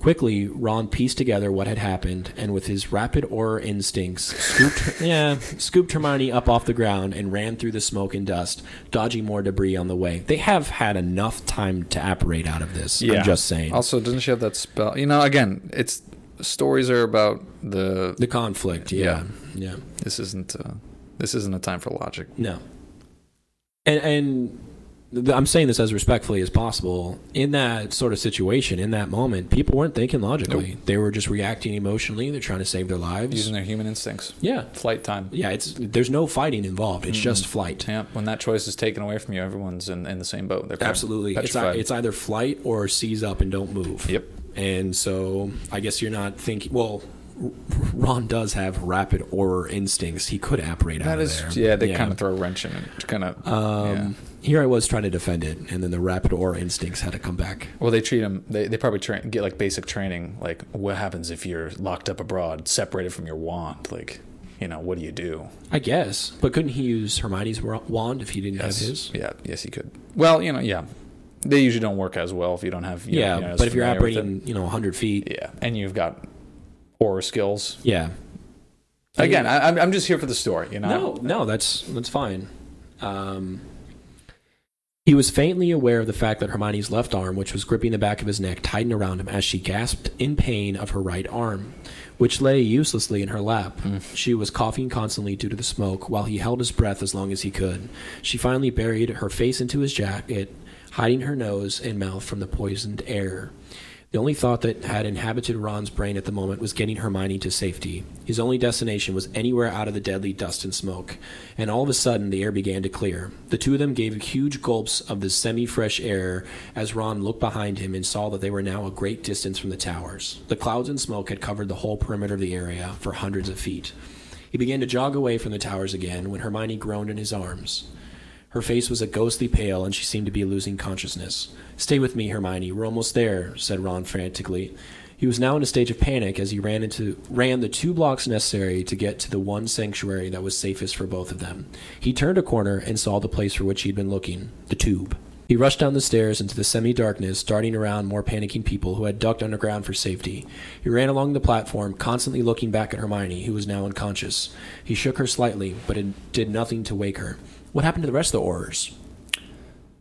S1: Quickly, Ron pieced together what had happened, and with his rapid aura instincts, scooped yeah, scooped Hermione up off the ground and ran through the smoke and dust, dodging more debris on the way. They have had enough time to apparate out of this. I'm just saying
S2: Also, doesn't she have that spell? You know, again, it's stories are about the.
S1: the conflict. Yeah, yeah,
S2: This isn't. Uh, this isn't a time for logic.
S1: no, and and th- I'm saying this as respectfully as possible. In that sort of situation, in that moment, people weren't thinking logically. They were just reacting emotionally. They're trying to save their lives.
S2: Using their human instincts.
S1: yeah,
S2: Flight time.
S1: Yeah, it's there's no fighting involved. It's just flight.
S2: Mm-hmm. Yeah. When that choice is taken away from you, everyone's in, in the same boat. They're
S1: Absolutely, it's
S2: petrified.
S1: it's either flight or seize up and don't move.
S2: Yep.
S1: And so I guess you're not thinking. Well, R- Ron does have rapid aura instincts. He could apparate out
S2: That
S1: of
S2: is.
S1: there.
S2: Yeah. They kind of throw a wrench in it. Kind of.
S1: Um, Here I was trying to defend it, and then the rapid aura instincts had to come back.
S2: Well, they treat them. They, they probably tra- get like basic training, like what happens if you're locked up abroad, separated from your wand. Like, you know, what do you do?
S1: I guess, but couldn't he use Hermione's wa- wand if he didn't have his?
S2: Yeah. Yes, you could. Well, you know, yeah. They usually don't work as well if you don't have. You
S1: Yeah,
S2: know, you're not as
S1: but if you're
S2: familiar with
S1: operating, you know, 100 feet,
S2: it. yeah, and you've got horror skills.
S1: yeah.
S2: Again, I, I'm- I'm just here for the story. You know.
S1: No, no, that's that's fine. Um, he was faintly aware of the fact that Hermione's left arm, which was gripping the back of his neck, tightened around him as she gasped in pain of her right arm, which lay uselessly in her lap. She was coughing constantly due to the smoke, while he held his breath as long as he could. She finally buried her face into his jacket, hiding her nose and mouth from the poisoned air. The only thought that had inhabited Ron's brain at the moment was getting Hermione to safety. His only destination was anywhere out of the deadly dust and smoke. And all of a sudden, the air began to clear. The two of them gave huge gulps of the semi fresh air as Ron looked behind him and saw that they were now a great distance from the towers. The clouds and smoke had covered the whole perimeter of the area for hundreds of feet. He began to jog away from the towers again when Hermione groaned in his arms. Her face was a ghostly pale, and she seemed to be losing consciousness. Stay with me, Hermione. We're almost there, said Ron frantically. He was now in a stage of panic as he ran into ran the two blocks necessary to get to the one sanctuary that was safest for both of them. He turned a corner and saw the place for which he'd been looking, the tube. He rushed down the stairs into the semi darkness, darting around more panicking people who had ducked underground for safety. He ran along the platform, constantly looking back at Hermione, who was now unconscious. He shook her slightly, but it did nothing to wake her. What happened to the rest of the Aurors?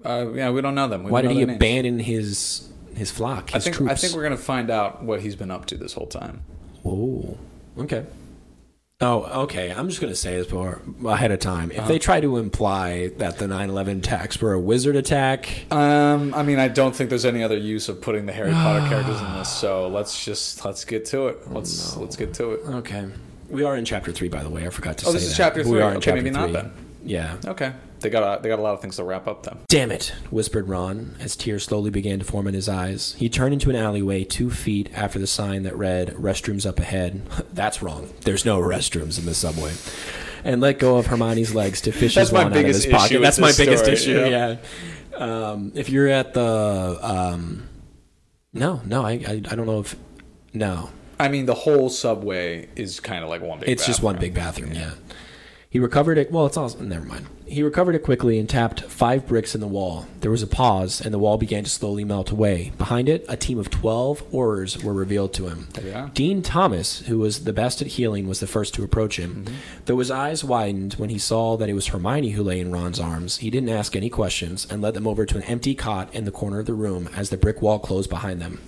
S2: Uh, yeah, we don't know them. We
S1: Why
S2: don't
S1: did
S2: know
S1: he
S2: their names.
S1: abandon his his flock,
S2: I
S1: his
S2: think
S1: troops?
S2: I think we're gonna find out what he's been up to this whole time.
S1: Whoa. Okay. Oh, okay. I'm just going to say this before, ahead of time. If
S2: Uh-huh.
S1: they try to imply that the 9 11 attacks were a wizard attack,
S2: Um, I mean, I don't think there's any other use of putting the Harry Potter characters in this. So let's just let's get to it. Let's let's get to it.
S1: okay. We are in chapter 3, by the way. I forgot to
S2: Oh,
S1: say
S2: this is
S1: that.
S2: chapter
S1: We
S2: three.
S1: are in
S2: Okay,
S1: chapter
S2: maybe not
S1: 3.
S2: then.
S1: Yeah.
S2: Okay, they got a, they got a lot of things to wrap up then.
S1: Damn it, whispered Ron as tears slowly began to form in his eyes. He turned into an alleyway two feet after the sign that read, Restrooms up ahead. That's wrong. There's no restrooms in the subway. And let go of Hermione's legs to fish
S2: That's
S1: his
S2: my
S1: wand out of
S2: biggest
S1: his
S2: issue
S1: pocket.
S2: with
S1: That's my
S2: this
S1: biggest
S2: story,
S1: issue, yeah. Um, if you're at the. Um, no, no, I, I, I don't know if. No,
S2: I mean, the whole subway is kind of like one big.
S1: it's just one
S2: bathroom.
S1: big bathroom, yeah. He recovered it. Well, it's all. Never mind. He recovered it quickly and tapped five bricks in the wall. There was a pause, and the wall began to slowly melt away. Behind it, a team of 12 Aurors were revealed to him.
S2: There you are.
S1: Dean Thomas, who was the best at healing, was the first to approach him. Though his eyes widened when he saw that it was Hermione who lay in Ron's arms, he didn't ask any questions and led them over to an empty cot in the corner of the room as the brick wall closed behind them.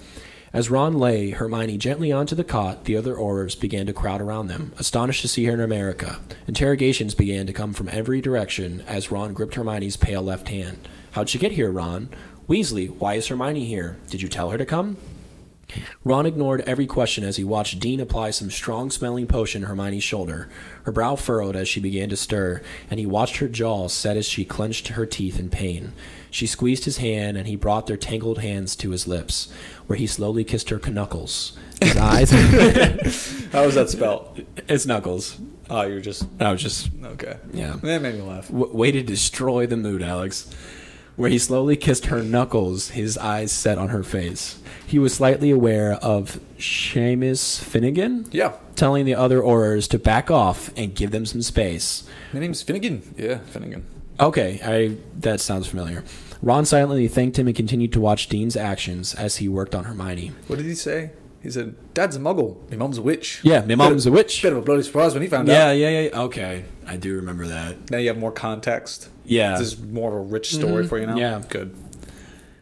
S1: As Ron lay Hermione gently onto the cot, the other Aurors began to crowd around them, astonished to see her in America. Interrogations began to come from every direction as Ron gripped Hermione's pale left hand. How'd she get here, Ron? Weasley, why is Hermione here? Did you tell her to come? Ron ignored every question as he watched Dean apply some strong smelling potion to Hermione's shoulder. Her brow furrowed as she began to stir, and he watched her jaw set as she clenched her teeth in pain. She squeezed his hand, and he brought their tangled hands to his lips, where he slowly kissed her knuckles. His eyes.
S2: How was that spelled?
S1: his knuckles.
S2: Oh, you're just
S1: I was just
S2: okay.
S1: Yeah.
S2: that made me laugh.
S1: w- way to destroy the mood, Alex. Where he slowly kissed her knuckles, his eyes set on her face. He was slightly aware of Seamus Finnegan.
S2: Yeah.
S1: Telling the other Aurors to back off and give them some space.
S2: My name's Finnegan. Yeah, Finnegan.
S1: Okay, I that sounds familiar. Ron silently thanked him and continued to watch Dean's actions as he worked on Hermione.
S2: What did he say? He said, "Dad's a muggle. My mom's a witch."
S1: Yeah, my mom's a witch.
S2: Bit of a bloody surprise when he found
S4: Yeah,
S2: out.
S4: yeah, yeah. Okay, I do remember that.
S2: Now you have more context.
S4: Yeah.
S2: This is more of a rich story for you now.
S1: Yeah.
S2: good.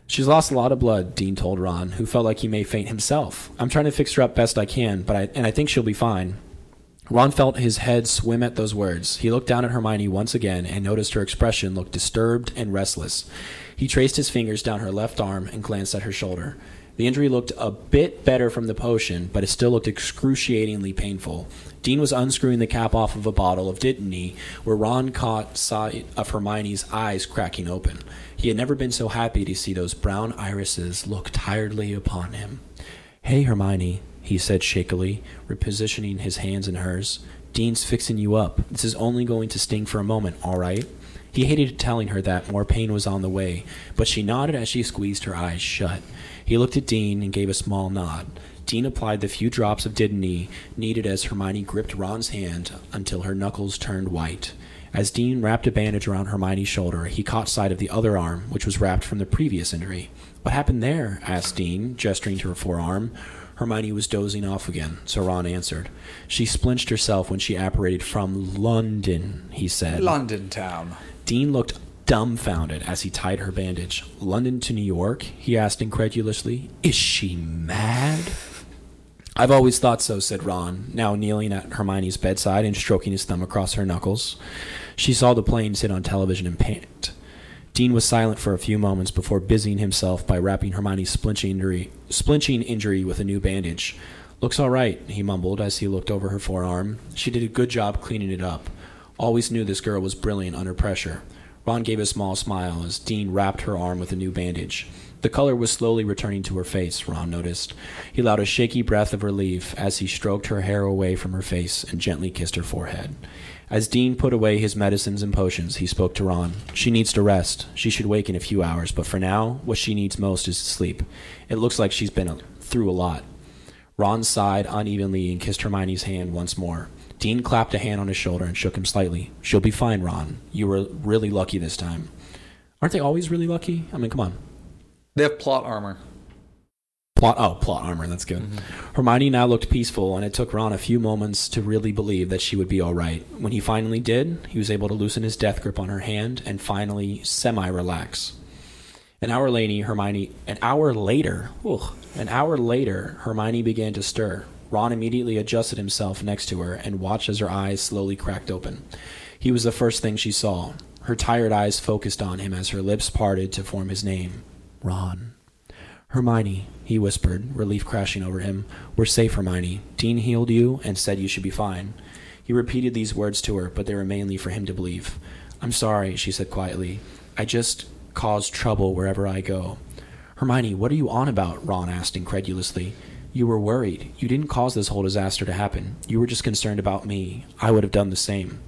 S1: She's lost a lot of blood, Dean told Ron, who felt like he may faint himself. I'm trying to fix her up best I can, but I and I think she'll be fine. Ron felt his head swim at those words. He looked down at Hermione once again and noticed her expression looked disturbed and restless. He traced his fingers down her left arm and glanced at her shoulder. The injury looked a bit better from the potion, but it still looked excruciatingly painful. Dean was unscrewing the cap off of a bottle of Dittany, where Ron caught sight of Hermione's eyes cracking open. He had never been so happy to see those brown irises look tiredly upon him. Hey, Hermione, he said shakily, repositioning his hands in hers. Dean's fixing you up. This is only going to sting for a moment, all right? He hated telling her that more pain was on the way, but she nodded as she squeezed her eyes shut. He looked at Dean and gave a small nod. Dean applied the few drops of Didney needed as Hermione gripped Ron's hand until her knuckles turned white. As Dean wrapped a bandage around Hermione's shoulder, he caught sight of the other arm, which was wrapped from the previous injury. What happened there? asked Dean, gesturing to her forearm. Hermione was dozing off again, so Ron answered. She splinched herself when she apparated from London, he said.
S2: London town.
S1: Dean looked dumbfounded as he tied her bandage. London to New York? he asked incredulously. Is she mad? I've always thought so, said Ron, now kneeling at Hermione's bedside and stroking his thumb across her knuckles. She saw the planes hit on television and panicked. Dean was silent for a few moments before busying himself by wrapping Hermione's splinching injury, splinching injury with a new bandage. Looks all right, he mumbled as he looked over her forearm. She did a good job cleaning it up. Always knew this girl was brilliant under pressure. Ron gave a small smile as Dean wrapped her arm with a new bandage. The color was slowly returning to her face, Ron noticed. He allowed a shaky breath of relief as he stroked her hair away from her face and gently kissed her forehead. As Dean put away his medicines and potions, he spoke to Ron. She needs to rest. She should wake in a few hours, but for now, what she needs most is sleep. It looks like she's been a- through a lot. Ron sighed unevenly and kissed Hermione's hand once more. Dean clapped a hand on his shoulder and shook him slightly. She'll be fine, Ron. You were really lucky this time. Aren't they always really lucky? I mean, come on.
S2: They have plot armor.
S1: Plot oh, plot armor, that's good. Hermione now looked peaceful, and it took Ron a few moments to really believe that she would be all right. When he finally did, he was able to loosen his death grip on her hand and finally semi relax. An hour later, Hermione. An hour later, ugh, an hour later, Hermione began to stir. Ron immediately adjusted himself next to her and watched as her eyes slowly cracked open. He was the first thing she saw. Her tired eyes focused on him as her lips parted to form his name, Ron. Hermione, he whispered, relief crashing over him. We're safe, Hermione. Dean healed you and said you should be fine. He repeated these words to her, but they were mainly for him to believe. I'm sorry, she said quietly. I just cause trouble wherever I go. Hermione, what are you on about? Ron asked incredulously. You were worried. You didn't cause this whole disaster to happen. You were just concerned about me. I would have done the same.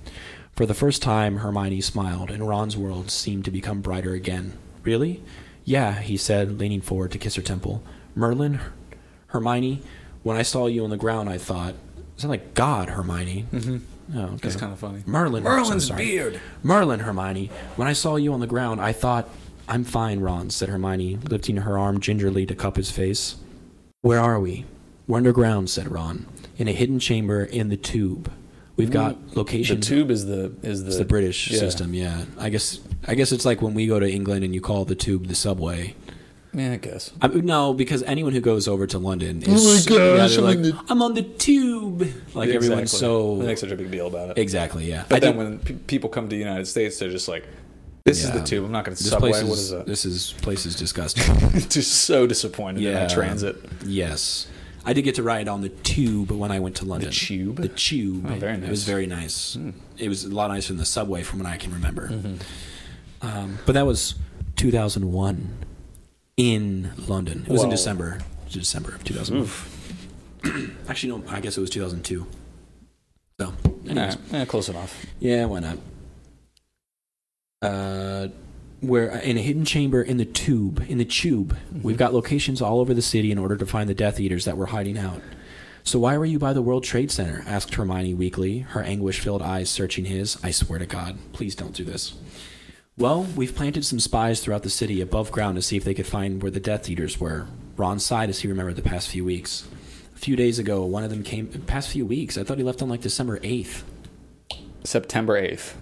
S1: For the first time, Hermione smiled, and Ron's world seemed to become brighter again. Really? Yeah, he said, leaning forward to kiss her temple. Merlin, Her- Hermione, when I saw you on the ground, I thought, is that like God, Hermione? Mm-hmm. Oh, okay.
S2: That's kind of funny.
S1: Merlin. Merlin's beard. Merlin, Hermione. When I saw you on the ground, I thought, I'm fine, Ron, said Hermione, lifting her arm gingerly to cup his face. Where are we? We're underground, said Ron, in a hidden chamber in the tube. We've got
S2: The
S1: location.
S2: tube is the is the,
S1: It's the British
S2: yeah.
S1: system, yeah. I guess I guess it's like when we go to England and you call the tube the subway.
S2: Yeah, I guess.
S1: I mean, no, because anyone who goes over to London is
S2: Oh my gosh,
S1: they're
S2: I'm
S1: like,
S2: on the-
S1: I'm on the tube. Like everyone's
S2: Exactly.
S1: so
S2: They make such a big deal about it.
S1: exactly, yeah.
S2: But
S1: I
S2: then
S1: think
S2: when pe- people come to the United States, they're just like, "This is
S1: Yeah.
S2: the tube. I'm not going to
S1: this
S2: subway.
S1: place is,
S2: what is that?"
S1: this is place is disgusting.
S2: just so disappointed in
S1: Yeah.
S2: that transit.
S1: yes, I did get to ride on the tube when I went to London.
S2: tube?
S1: the tube.
S2: Oh, very
S1: It was
S2: nice. Hmm.
S1: very nice. It was a lot nicer than the subway, from what I can remember.
S2: Mm-hmm.
S1: Um, but that was 2001 in London. It was in
S2: Whoa.
S1: December, December of 2001. Actually, no, I guess it was 2002. So, anyways.
S2: Nah, eh, close enough.
S1: Yeah, why not? Uh, we're in a hidden chamber in the tube. In the tube, we've got locations all over the city in order to find the Death Eaters that were hiding out. So why were you by the World Trade Center? asked Hermione weakly, her anguish-filled eyes searching his. I swear to God, please don't do this. Well, we've planted some spies throughout the city above ground to see if they could find where the Death Eaters were. Ron sighed as he remembered the past few weeks. A few days ago, one of them came. Past few weeks, I thought he left on like December eighth,
S2: September eighth.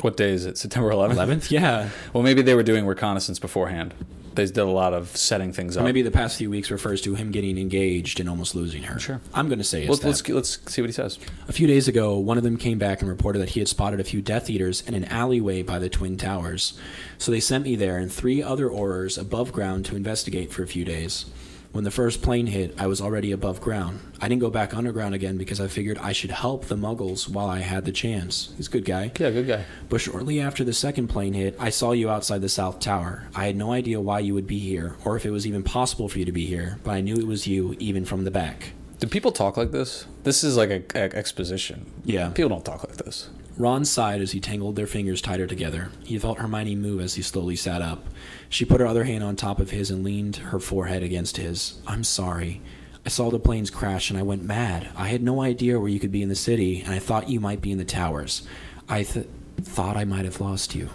S2: What day is it? September 11th?
S1: eleventh. Yeah,
S2: Well, maybe they were doing reconnaissance beforehand. They did a lot of setting things up.
S1: Maybe the past few weeks refers to him getting engaged and almost losing her. Sure. I'm going to say it's
S2: let's,
S1: that.
S2: let's let's see what he says.
S1: A few days ago, one of them came back and reported that he had spotted a few Death Eaters in an alleyway by the Twin Towers. So they sent me there and three other Aurors above ground to investigate for a few days. When the first plane hit, I was already above ground. I didn't go back underground again because I figured I should help the Muggles while I had the chance. He's a good guy.
S2: Yeah, good guy.
S1: But shortly after the second plane hit, I saw you outside the South Tower. I had no idea why you would be here, or if it was even possible for you to be here, but I knew it was you, even from the back.
S2: Do people talk like this? This is like a, a exposition.
S1: Yeah.
S2: People don't talk like this.
S1: Ron sighed as he tangled their fingers tighter together. He felt Hermione move as he slowly sat up. She put her other hand on top of his and leaned her forehead against his. I'm sorry. I saw the planes crash and I went mad. I had no idea where you could be in the city, and I thought you might be in the towers. I th- thought I might have lost you.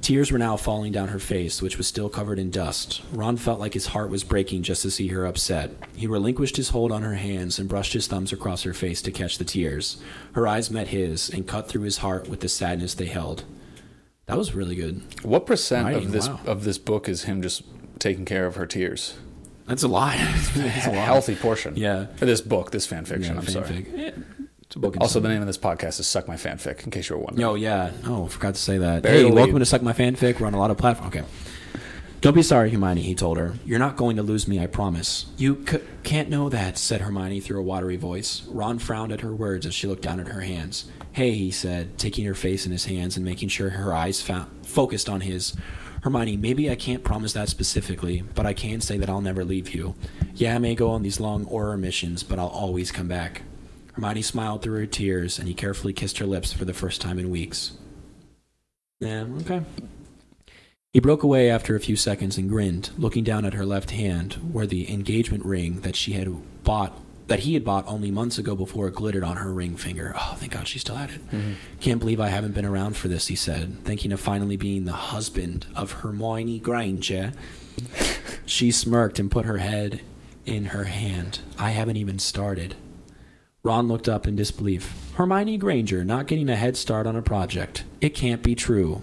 S1: Tears were now falling down her face, which was still covered in dust. Ron felt like his heart was breaking just to see her upset. He relinquished his hold on her hands and brushed his thumbs across her face to catch the tears. Her eyes met his and cut through his heart with the sadness they held. That was really good.
S2: What percent
S1: Writing,
S2: of this
S1: wow.
S2: of this book is him just taking care of her tears?
S1: That's a lot. That's a
S2: healthy portion. Uh,
S1: Yeah.
S2: Or this book, this fan fiction. I'm sorry.
S1: Fanfic. Eh,
S5: It's a book.
S2: Also, the name of this podcast is "Suck My Fanfic," in case you were wondering.
S1: Oh yeah. Oh, forgot to say that.
S2: Bury
S1: hey,
S2: the
S1: welcome
S2: lead.
S1: to Suck My Fanfic. We're on a lot of platforms. Okay. Don't be sorry, Hermione. He told her. You're not going to lose me. I promise. You c- can't know that," said Hermione through a watery voice. Ron frowned at her words as she looked down at her hands. "Hey," he said, taking her face in his hands and making sure her eyes fo- focused on his. Hermione, maybe I can't promise that specifically, but I can say that I'll never leave you. Yeah, I may go on these long aura missions, but I'll always come back. Hermione smiled through her tears, and he carefully kissed her lips for the first time in weeks. Yeah, okay. He broke away after a few seconds and grinned, looking down at her left hand, where the engagement ring that she had bought that he had bought only months ago before glittered on her ring finger. Oh, thank God she still had it. Can't believe I haven't been around for this, he said, thinking of finally being the husband of Hermione Granger. she smirked and put her head in her hand. I haven't even started. Ron looked up in disbelief. Hermione Granger not getting a head start on a project. It can't be true.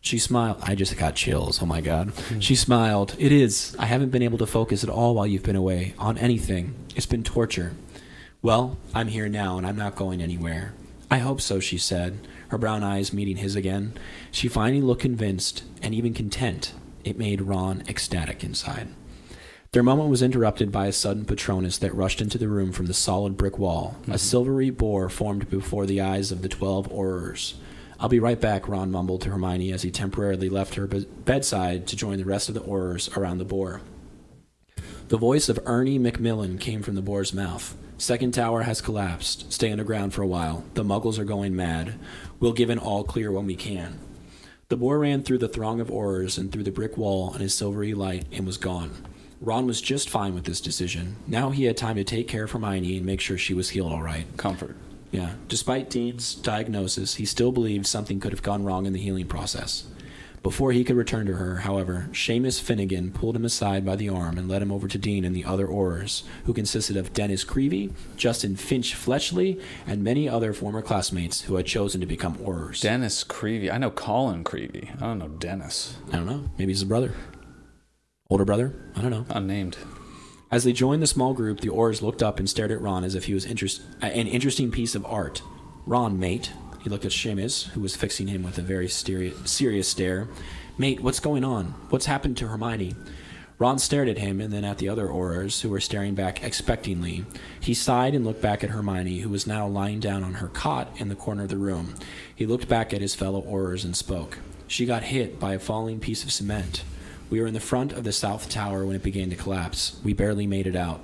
S1: She smiled. I just got chills. Oh my God. She smiled. It is. I haven't been able to focus at all while you've been away on anything. It's been torture. Well, I'm here now and I'm not going anywhere. I hope so, she said, her brown eyes meeting his again. She finally looked convinced and even content. It made Ron ecstatic inside. Their moment was interrupted by a sudden Patronus that rushed into the room from the solid brick wall. A silvery boar formed before the eyes of the twelve Aurors. I'll be right back, Ron mumbled to Hermione as he temporarily left her be- bedside to join the rest of the Aurors around the boar. The voice of Ernie Macmillan came from the boar's mouth. Second tower has collapsed. Stay underground for a while. The muggles are going mad. We'll give an all clear when we can. The boar ran through the throng of oars and through the brick wall in his silvery light and was gone. Ron was just fine with this decision. Now he had time to take care of Hermione and make sure she was healed all right.
S2: Comfort.
S1: Yeah. Despite Dean's diagnosis, he still believed something could have gone wrong in the healing process. Before he could return to her, however, Seamus Finnegan pulled him aside by the arm and led him over to Dean and the other Aurors, who consisted of Dennis Creevy, Justin Finch Fletchley, and many other former classmates who had chosen to become Aurors.
S2: Dennis Creevy. I know Colin Creevy. I don't know Dennis.
S1: I don't know. Maybe he's a brother. Older brother? I don't know.
S2: Unnamed.
S1: As they joined the small group, the Oars looked up and stared at Ron as if he was interest- uh, an interesting piece of art. Ron, mate. He looked at Seamus, who was fixing him with a very steri- serious stare. Mate, what's going on? What's happened to Hermione? Ron stared at him and then at the other Aurors, who were staring back expectantly. He sighed and looked back at Hermione, who was now lying down on her cot in the corner of the room. He looked back at his fellow Aurors and spoke. She got hit by a falling piece of cement. We were in the front of the south tower when it began to collapse. We barely made it out.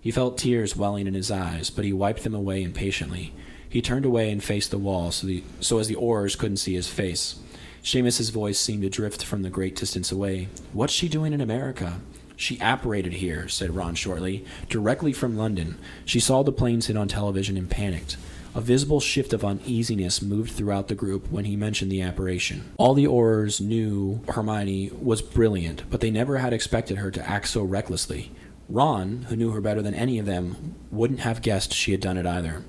S1: He felt tears welling in his eyes, but he wiped them away impatiently. He turned away and faced the wall so, the, so as the oars couldn't see his face. Seamus's voice seemed to drift from the great distance away. What's she doing in America? She apparated here, said Ron shortly, directly from London. She saw the planes hit on television and panicked. A visible shift of uneasiness moved throughout the group when he mentioned the apparition. All the Aurors knew Hermione was brilliant, but they never had expected her to act so recklessly. Ron, who knew her better than any of them, wouldn't have guessed she had done it either.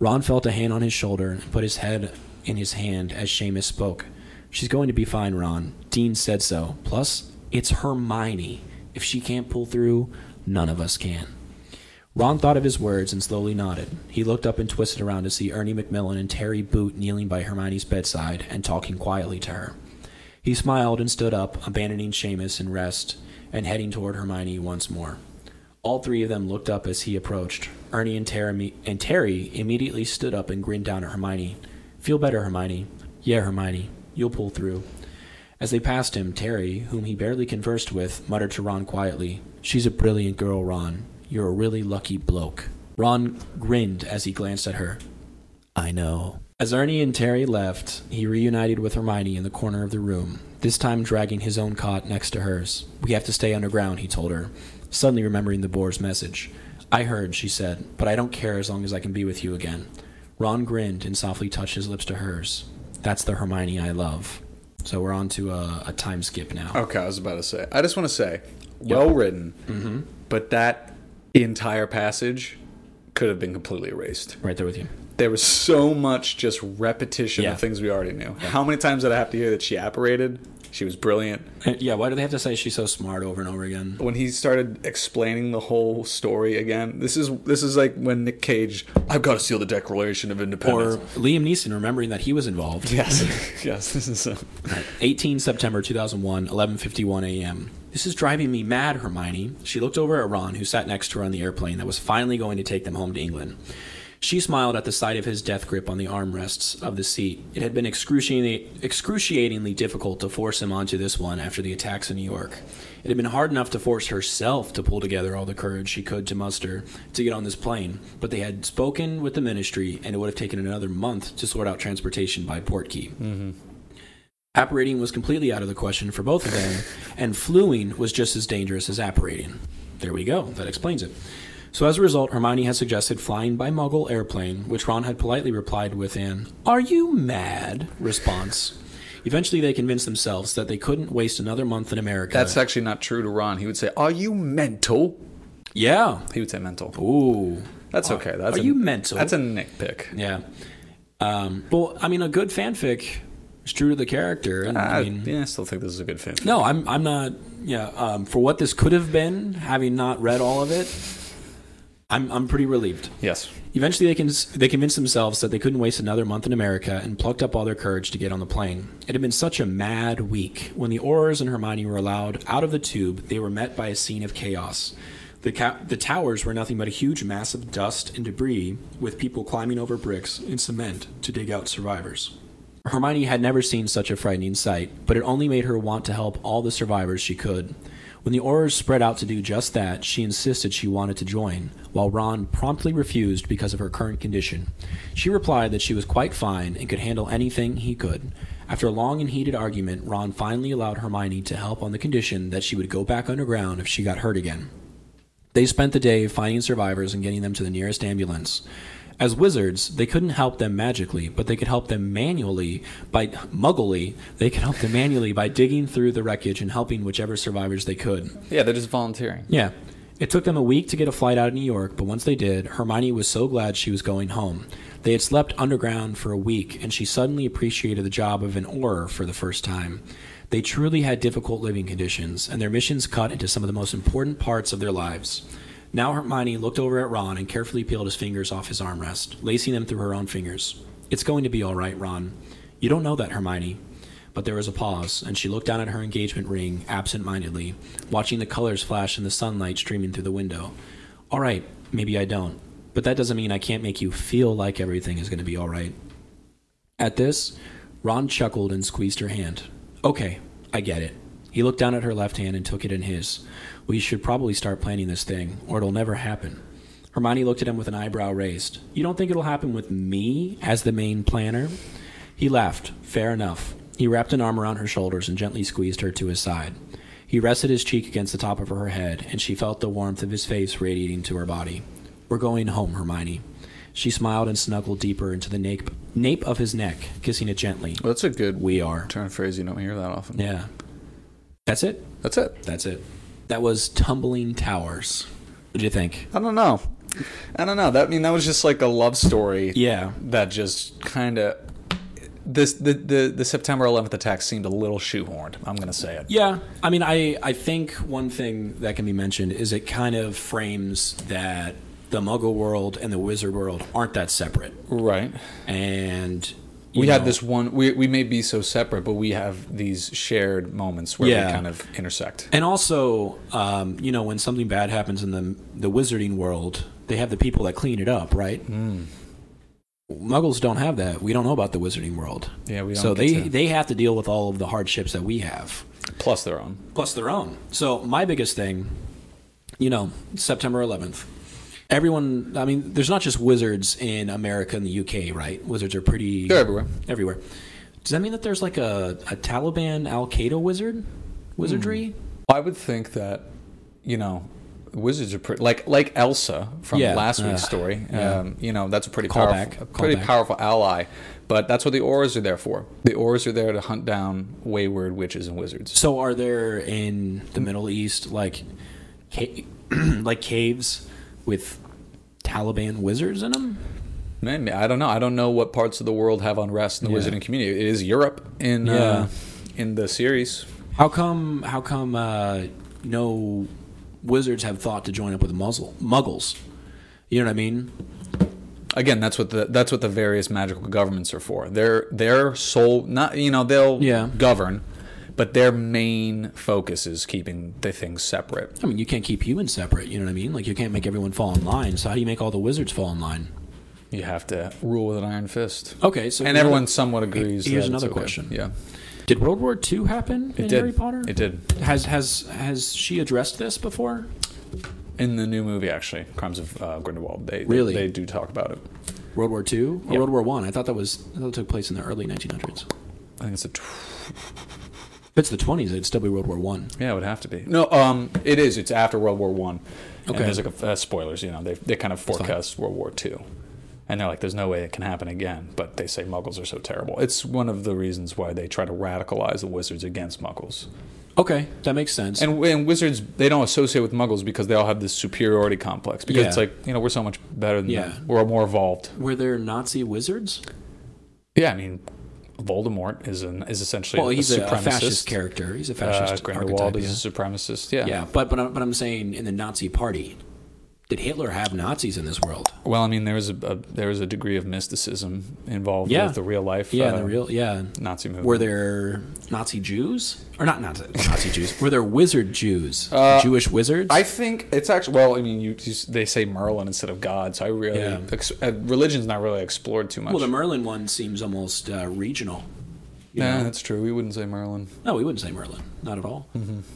S1: Ron felt a hand on his shoulder and put his head in his hand as Seamus spoke. She's going to be fine, Ron. Dean said so. Plus, it's Hermione. If she can't pull through, none of us can. Ron thought of his words and slowly nodded. He looked up and twisted around to see Ernie McMillan and Terry Boot kneeling by Hermione's bedside and talking quietly to her. He smiled and stood up, abandoning Seamus in rest and heading toward Hermione once more. All three of them looked up as he approached. Ernie and Terry, and Terry immediately stood up and grinned down at Hermione. Feel better, Hermione. Yeah, Hermione. You'll pull through. As they passed him, Terry, whom he barely conversed with, muttered to Ron quietly, She's a brilliant girl, Ron. You're a really lucky bloke. Ron grinned as he glanced at her. I know. As Ernie and Terry left, he reunited with Hermione in the corner of the room, this time dragging his own cot next to hers. We have to stay underground, he told her, suddenly remembering the boar's message. I heard, she said, but I don't care as long as I can be with you again. Ron grinned and softly touched his lips to hers. That's the Hermione I love. So we're on to a, a time skip now.
S2: Okay, I was about to say. I just want to say, well written,
S1: Mm-hmm.
S2: but that entire passage could have been completely erased.
S1: Right there with you.
S2: There was so much just repetition
S1: Yeah.
S2: of things we already knew. How many times did I have to hear that she apparated? She was brilliant.
S1: Yeah, why do they have to say she's so smart over and over again?
S2: When he started explaining the whole story again, this is this is like when Nick Cage, I've got to seal the Declaration of
S1: Or
S2: Independence.
S1: Liam Neeson remembering that he was involved.
S2: yes, yes, this is. A,
S1: 18 September 2001, 11:51 a.m. This is driving me mad, Hermione. She looked over at Ron, who sat next to her on the airplane that was finally going to take them home to England. She smiled at the sight of his death grip on the armrests of the seat. It had been excruciatingly, excruciatingly difficult to force him onto this one after the attacks in New York. It had been hard enough to force herself to pull together all the courage she could to muster to get on this plane, but they had spoken with the ministry, and it would have taken another month to sort out transportation by port key. Apparating was completely out of the question for both of them, and fluing was just as dangerous as apparating. There we go. That explains it. So as a result, Hermione had suggested flying by Muggle airplane, which Ron had politely replied with an "Are you mad?" response. Eventually, they convinced themselves that they couldn't waste another month in America.
S2: that's actually not true to Ron. He would say, "Are you mental?"
S1: yeah.
S2: He would say mental.
S1: Ooh.
S2: That's okay. That's
S1: Oh. are
S2: a-
S1: you mental?
S2: That's a Nick pick.
S1: Yeah. Um, well, I mean, a good fanfic is true to the character. And,
S2: I,
S1: I mean,
S2: yeah, I still think this is a good fit.
S1: No, I'm I'm not. Yeah, um, for what this could have been, having not read all of it, I'm I'm pretty relieved.
S2: Yes.
S1: Eventually, they can they convinced themselves that they couldn't waste another month in America and plucked up all their courage to get on the plane. It had been such a mad week. When the Aurors and Hermione were allowed out of the tube, they were met by a scene of chaos. The, ca- the towers were nothing but a huge mass of dust and debris, with people climbing over bricks and cement to dig out survivors. Hermione had never seen such a frightening sight, but it only made her want to help all the survivors she could. When the Aurors spread out to do just that, she insisted she wanted to join, while Ron promptly refused because of her current condition. She replied that she was quite fine and could handle anything he could. After a long and heated argument, Ron finally allowed Hermione to help on the condition that she would go back underground if she got hurt again. They spent the day finding survivors and getting them to the nearest ambulance. As wizards, they couldn't help them magically, but they could help them manually by muggly. They could help them manually by digging through the wreckage and helping whichever survivors they could.
S2: Yeah, they're just volunteering.
S1: Yeah. It took them a week to get a flight out of New York, but once they did, Hermione was so glad she was going home. They had slept underground for a week, and she suddenly appreciated the job of an oar for the first time. They truly had difficult living conditions, and their missions cut into some of the most important parts of their lives. Now Hermione looked over at Ron and carefully peeled his fingers off his armrest, lacing them through her own fingers. It's going to be all right, Ron. You don't know that, Hermione. But there was a pause, and she looked down at her engagement ring absent mindedly, watching the colors flash in the sunlight streaming through the window. All right, maybe I don't. But that doesn't mean I can't make you feel like everything is going to be all right. At this, Ron chuckled and squeezed her hand. Okay, I get it. He looked down at her left hand and took it in his. We should probably start planning this thing, or it'll never happen. Hermione looked at him with an eyebrow raised. You don't think it'll happen with me as the main planner? He laughed. Fair enough. He wrapped an arm around her shoulders and gently squeezed her to his side. He rested his cheek against the top of her head, and she felt the warmth of his face radiating to her body. We're going home, Hermione. She smiled and snuggled deeper into the nape, nape of his neck, kissing it gently.
S2: Well, that's a good
S1: We are.
S2: turn of phrase you don't hear that often.
S1: Yeah. That's it.
S2: That's it.
S1: That's it. That was Tumbling Towers. What do you think?
S2: I don't know. I don't know. That I mean that was just like a love story.
S1: Yeah.
S2: That just kind of this the, the the September 11th attack seemed a little shoehorned. I'm gonna say it.
S1: Yeah, I mean, I I think one thing that can be mentioned is it kind of frames that the Muggle world and the Wizard world aren't that separate,
S2: Right.
S1: and you
S2: We
S1: know,
S2: had this one. We we may be so separate, but we have these shared moments where
S1: Yeah.
S2: we kind of intersect.
S1: and also, um, you know, when something bad happens in the the Wizarding world, they have the people that clean it up, right?
S2: Hmm.
S1: Muggles don't have that. We don't know about the Wizarding world.
S2: Yeah, we don't
S1: So
S2: get
S1: they
S2: to-
S1: they have to deal with all of the hardships that we have.
S2: Plus their own.
S1: plus their own. So my biggest thing, you know, September 11th. Everyone, I mean, there's not just wizards in America and the UK, right? Wizards are pretty
S2: They're everywhere.
S1: Everywhere. Does that mean that there's like a, a Taliban Al Qaeda wizard wizardry?
S2: I would think that, you know, wizards are pretty like like Elsa from
S1: Yeah.
S2: last week's
S1: Uh,
S2: story. Um, you know, that's a pretty
S1: Callback.
S2: powerful, a pretty
S1: Callback.
S2: powerful ally. But that's what the auras are there for. The auras are there to hunt down wayward witches and wizards.
S1: So are there in the Middle East like ca- like caves with Taliban wizards in them?
S2: Maybe I don't know. I don't know what parts of the world have unrest in the
S1: Yeah.
S2: wizarding community. It is Europe in
S1: Yeah.
S2: uh, in the series.
S1: How come? How come? Uh, no wizards have thought to join up with the muzzle, muggles. You know what I mean?
S2: Again, that's what the that's what the various magical governments are for. Their their sole not you know they'll
S1: Yeah.
S2: govern, but their main focus is keeping the things separate.
S1: I mean, you can't keep humans separate. You know what I mean? Like you can't make everyone fall in line. So how do you make all the wizards fall in line?
S2: You have to rule with an iron fist.
S1: Okay, so
S2: and everyone somewhat
S1: here's
S2: agrees. that it's
S1: another
S2: okay.
S1: question.
S2: Yeah,
S1: did World War II happen in
S2: did.
S1: Harry Potter?
S2: It did
S1: Has has has she addressed this before?
S2: in the new movie actually, Crimes of uh, Grindelwald. They they-
S1: Really?
S2: they do talk about it.
S1: World War II or
S2: Yeah.
S1: World War One? I? thought that was I thought that took place in the early 1900s.
S2: I think it's a. Tw-
S1: If it's the 20s, it'd still be World War One.
S2: Yeah, it would have to be. No, um, it is. It's after World War One. Okay.
S1: Okay.
S2: And there's like a, uh, spoilers, you know. They they kind of forecast World War Two, and they're like, "There's no way it can happen again." But they say Muggles are so terrible. It's one of the reasons why they try to radicalize the Wizards against Muggles.
S1: Okay, that makes sense.
S2: And and Wizards they don't associate with Muggles because they all have this superiority complex. Because
S1: Yeah.
S2: it's like you know we're so much better than
S1: Yeah.
S2: them. We're more evolved.
S1: Were there Nazi wizards?
S2: Yeah, I mean, Voldemort is an is essentially
S1: Well, he's a, a
S2: supremacist.
S1: fascist character. He's a
S2: Uh,
S1: fascist
S2: Grindelwald
S1: archetype. Yeah.
S2: is a supremacist. Yeah.
S1: yeah, but but I'm, but I'm saying in the Nazi party, did Hitler have Nazis in this world?
S2: Well, I mean, there was a, a there was a degree of mysticism involved
S1: Yeah.
S2: with the real life.
S1: Yeah,
S2: uh,
S1: the real yeah.
S2: Nazi movement.
S1: Were there Nazi Jews or not Nazi Nazi Jews? Were there wizard Jews? Jewish wizards?
S2: Uh, I think it's actually well. I mean, you, you s- they say Merlin instead of God, so I really
S1: Yeah.
S2: ex, uh, religion's not really explored too much.
S1: well, the Merlin one seems almost uh, regional. you
S2: yeah,
S1: know?
S2: that's true. We wouldn't say Merlin.
S1: No, we wouldn't say Merlin, not at all.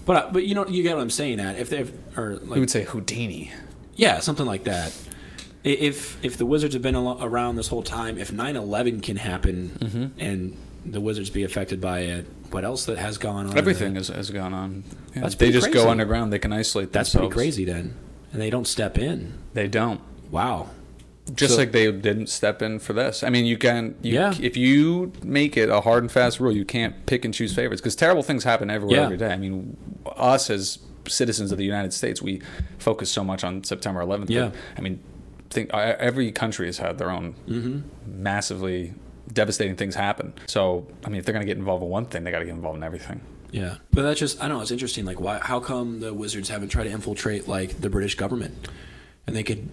S1: But but you know you get what I'm saying. At if they if, or
S2: We
S1: like
S2: Mm-hmm. would say Houdini.
S1: yeah something like that. I- If if the wizards have been al- around this whole time, if 9/11 can happen
S2: Mm-hmm.
S1: and the wizards be affected by it, what else that has gone on? in the-
S2: Everything has, has gone on. Yeah,
S1: That's
S2: they
S1: pretty
S2: just go
S1: crazy.
S2: underground. They can isolate
S1: that's pretty
S2: themselves.
S1: crazy then, and they don't step in.
S2: They don't.
S1: Wow.
S2: Just
S1: So-
S2: like they didn't step in for this. I mean, you can. You,
S1: Yeah.
S2: If you make it a hard and fast rule, you can't pick and choose favorites because terrible things happen everywhere
S1: Yeah.
S2: every day. I mean, us as citizens of the United States, we focus so much on September 11th. but,
S1: Yeah.
S2: I mean, think I- every country has had their own
S1: Mm-hmm.
S2: massively devastating things happen. So, I mean, if they're going to get involved in one thing, they got to get involved in everything.
S1: Yeah, but that's just I don't know. It's interesting. Like, why? How come the wizards haven't tried to infiltrate like the British government, and they could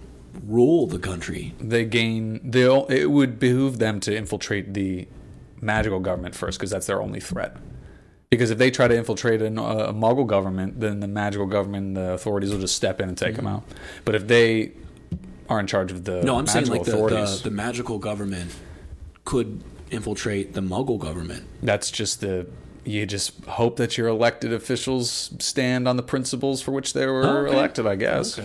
S1: rule the country?
S2: they gain they'll it would behoove them to infiltrate the magical government first because that's their only threat because if they try to infiltrate an, uh, a muggle government then the magical government and the authorities will just step in and take them out but if they are in charge of the
S1: Mm-hmm. No, I'm saying
S2: magical
S1: like the, the
S2: authorities
S1: the magical government could infiltrate the Muggle government.
S2: that's just the you just hope that your elected officials stand on the principles for which they were
S1: Oh, Okay.
S2: elected i guess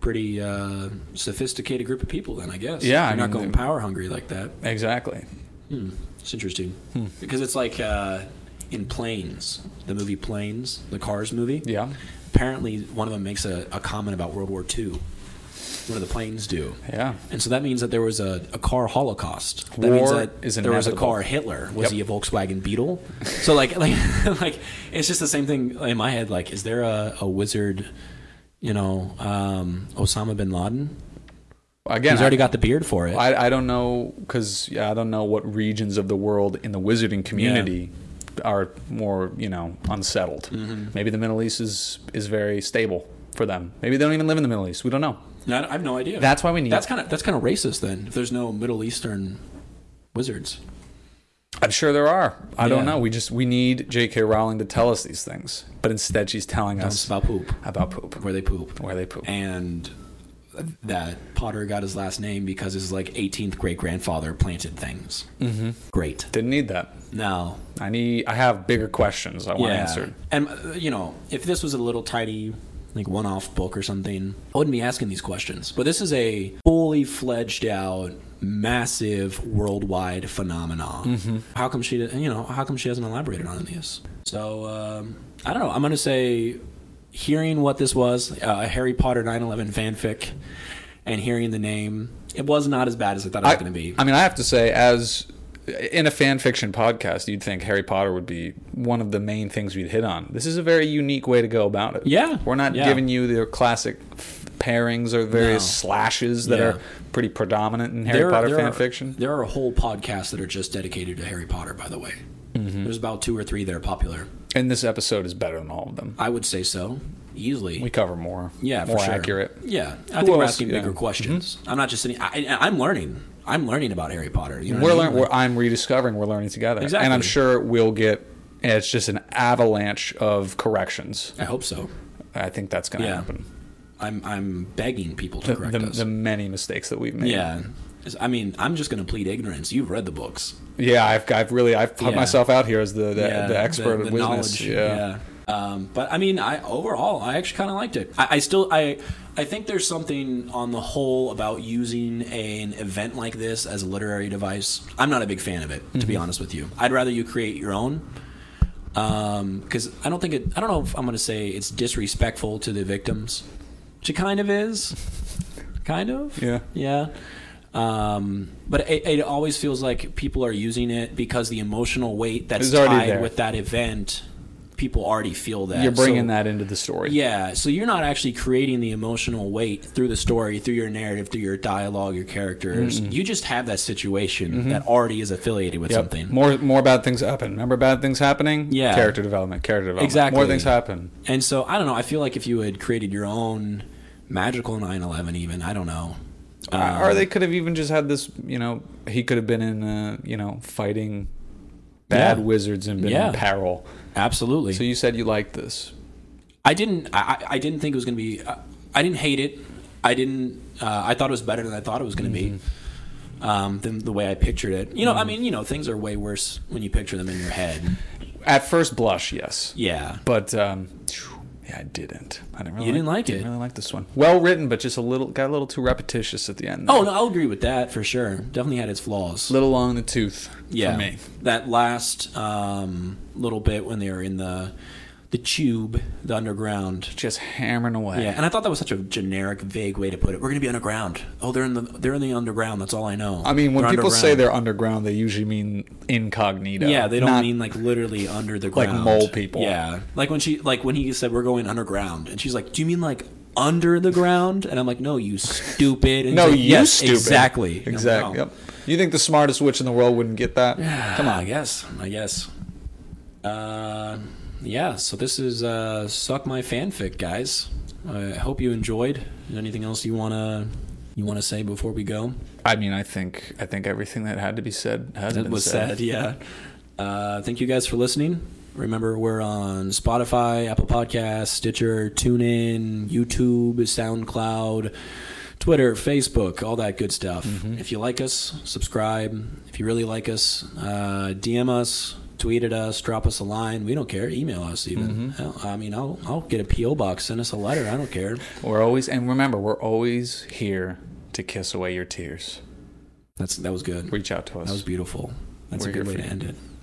S1: Pretty uh, sophisticated group of people, then I guess.
S2: Yeah,
S1: They're
S2: I
S1: not
S2: mean,
S1: going
S2: they-
S1: power hungry like that.
S2: exactly
S1: It's interesting
S2: Hmm.
S1: because it's like uh, in Planes, the movie Planes, the Cars movie.
S2: yeah
S1: Apparently, one of them makes a, a comment about World War II. What do the planes do?
S2: yeah
S1: And so that means that there was a, a car holocaust. That
S2: War
S1: means that
S2: is
S1: there was a
S2: inevitable.
S1: car Hitler. Was
S2: Yep.
S1: he a Volkswagen Beetle? So like like like it's just the same thing in my head. Like, is there a, a wizard? You know, um, Osama bin Laden.
S2: again
S1: He's
S2: I-
S1: already got the beard for it.
S2: I, I don't know because yeah, I don't know what regions of the world in the wizarding community are more you know unsettled. Maybe the Middle East is is very stable for them. Maybe they don't even live in the Middle East. We don't know.
S1: No, I have no idea.
S2: That's why we need-
S1: That's kind of that's kind of racist. Then, if there's no Middle Eastern wizards,
S2: I'm sure there are. I don't
S1: Yeah.
S2: know. We just we need J.K. Rowling to tell us these things, but instead she's telling
S1: it's
S2: us
S1: about poop
S2: about poop.
S1: where they poop.
S2: Where they poop.
S1: and that Potter got his last name because his like 18th great grandfather planted things. Mm-hmm. Great.
S2: Didn't need that.
S1: Now,
S2: I need. I have bigger questions I want answered.
S1: And uh, you know, if this was a little tiny, like one-off book or something, I wouldn't be asking these questions. But this is a fully fledged out, massive, worldwide phenomenon. How come she? You know, how come she hasn't elaborated on these? So um, I don't know. I'm gonna say, hearing what this was, uh, a Harry Potter 9/11 fanfic, and hearing the name, it was not as bad as I thought it was
S2: I-
S1: gonna be.
S2: I mean, I have to say, as in a fan fiction podcast, you'd think Harry Potter would be one of the main things we'd hit on. This is a very unique way to go about it.
S1: Yeah.
S2: we're not
S1: Yeah.
S2: giving you the classic f- pairings or various
S1: No.
S2: slashes that
S1: Yeah.
S2: are pretty predominant in Harry Potter fan
S1: are,
S2: fiction.
S1: There are whole podcasts that are just dedicated to Harry Potter, by the way.
S2: Mm-hmm.
S1: There's about two or three that are popular.
S2: And this episode is better than all of them.
S1: I would say so, easily.
S2: We cover more.
S1: yeah,
S2: more
S1: for sure.
S2: accurate.
S1: Yeah, I
S2: Who
S1: think we're
S2: else?
S1: asking
S2: Yeah. Mm-hmm.
S1: bigger questions. I'm not just sitting. I, I- I'm learning. I'm learning about Harry Potter. You know what
S2: We're
S1: I mean?
S2: learning. We're, I'm rediscovering. We're learning together. And I'm
S1: Exactly.
S2: sure we'll get. It's just an avalanche of corrections.
S1: I hope so.
S2: I think that's going to
S1: Yeah.
S2: happen.
S1: I'm I'm begging people to
S2: The,
S1: correct
S2: the,
S1: us.
S2: the many mistakes that we've made.
S1: yeah, It's- I mean, I'm just going to plead ignorance. You've read the books.
S2: Yeah, I've, I've really I've put
S1: Yeah.
S2: myself out here as the the,
S1: Yeah,
S2: the expert
S1: the
S2: of business. Yeah.
S1: Um, but I mean, I overall, I actually kind of liked it. I, I still, I, I think there's something on the whole about using an event like this as a literary device. I'm not a big fan of it, to
S2: Mm-hmm.
S1: be honest with you. I'd rather you create your own. Because I don't think it, I don't know if I'm going to say it's disrespectful to the victims, which it kind of is, kind of.
S2: Yeah.
S1: Yeah. Um, but it, it always feels like people are using it because the emotional weight that's
S2: It's already
S1: tied
S2: there.
S1: with that event, people already feel that.
S2: You're bringing
S1: So-
S2: that into the story.
S1: Yeah, so you're not actually creating the emotional weight through the story, through your narrative, through your dialogue, your characters. You just have that situation that already is affiliated with
S2: Mm-hmm. Yep.
S1: something.
S2: More more bad things happen. Remember bad things happening?
S1: Yeah.
S2: Character development, character development.
S1: Exactly.
S2: More things happen.
S1: And so I don't know. I feel like if you had created your own magical 9/11, even I don't know. Um,
S2: or they could have even just had this, you know, he could have been in uh, you know, fighting bad
S1: Yeah.
S2: wizards and been
S1: Yeah.
S2: in peril.
S1: Um, absolutely.
S2: So you said you liked this.
S1: I didn't. I, I I didn't think it was going to be. I, I didn't hate it. I didn't. Uh, I thought it was better than I thought it was going to
S2: Mm-hmm.
S1: be. Um, than the way I pictured it. You know, I mean, you know, things are way worse when you picture them in your head.
S2: At first blush, yes.
S1: Yeah.
S2: But um phew, yeah, I didn't. I didn't really
S1: You didn't like
S2: didn't
S1: it?
S2: really like this one. Well written, but just a little got a little too repetitious at the end.
S1: Oh no, I'll agree with that for sure. Definitely had its flaws.
S2: little long in the tooth
S1: yeah.
S2: for me.
S1: That last um, little bit when they were in the the tube, the underground.
S2: Just hammering away.
S1: Yeah, and I thought that was such a generic, vague way to put it. We're going to be underground. Oh, they're in the they're in the underground. That's all I know.
S2: I mean, when
S1: They're
S2: people say
S1: underground.
S2: they're underground, they usually mean incognito.
S1: Yeah, they don't
S2: not-
S1: mean like literally under the
S2: Like
S1: ground.
S2: mole people.
S1: Yeah. Like when she like when he said we're going underground and she's like, "Do you mean like under the ground?" And I'm like, "No, you stupid." And
S2: No,
S1: he's
S2: you
S1: like, "Yes,
S2: stupid.
S1: Exactly. And I'm like,
S2: Exactly.
S1: "Oh."
S2: Yep. You think the smartest witch in the world wouldn't get that?
S1: Come on, I guess. I guess. Uh yeah, so this is uh suck my fanfic, guys. I hope you enjoyed. Anything else you want to you want to say before we go?
S2: I mean, I think I think everything that had to be said has
S1: That
S2: been
S1: was
S2: said.
S1: sad, yeah. Uh, thank you guys for listening. Remember, we're on Spotify, Apple Podcasts, Stitcher, TuneIn, YouTube, SoundCloud, Twitter, Facebook, all that good stuff.
S2: Mm-hmm.
S1: If you like us, subscribe. If you really like us, uh, DM us, tweet at us, drop us a line. We don't care. Email us
S2: Mm-hmm.
S1: even. Hell, I mean, I'll, I'll get a PO box, send us a letter. I don't care.
S2: We're always and remember, we're always here to kiss away your tears.
S1: That's that was good.
S2: Reach out to us.
S1: That was beautiful. That's
S2: We're
S1: a good
S2: here
S1: way
S2: for
S1: to
S2: you.
S1: end it.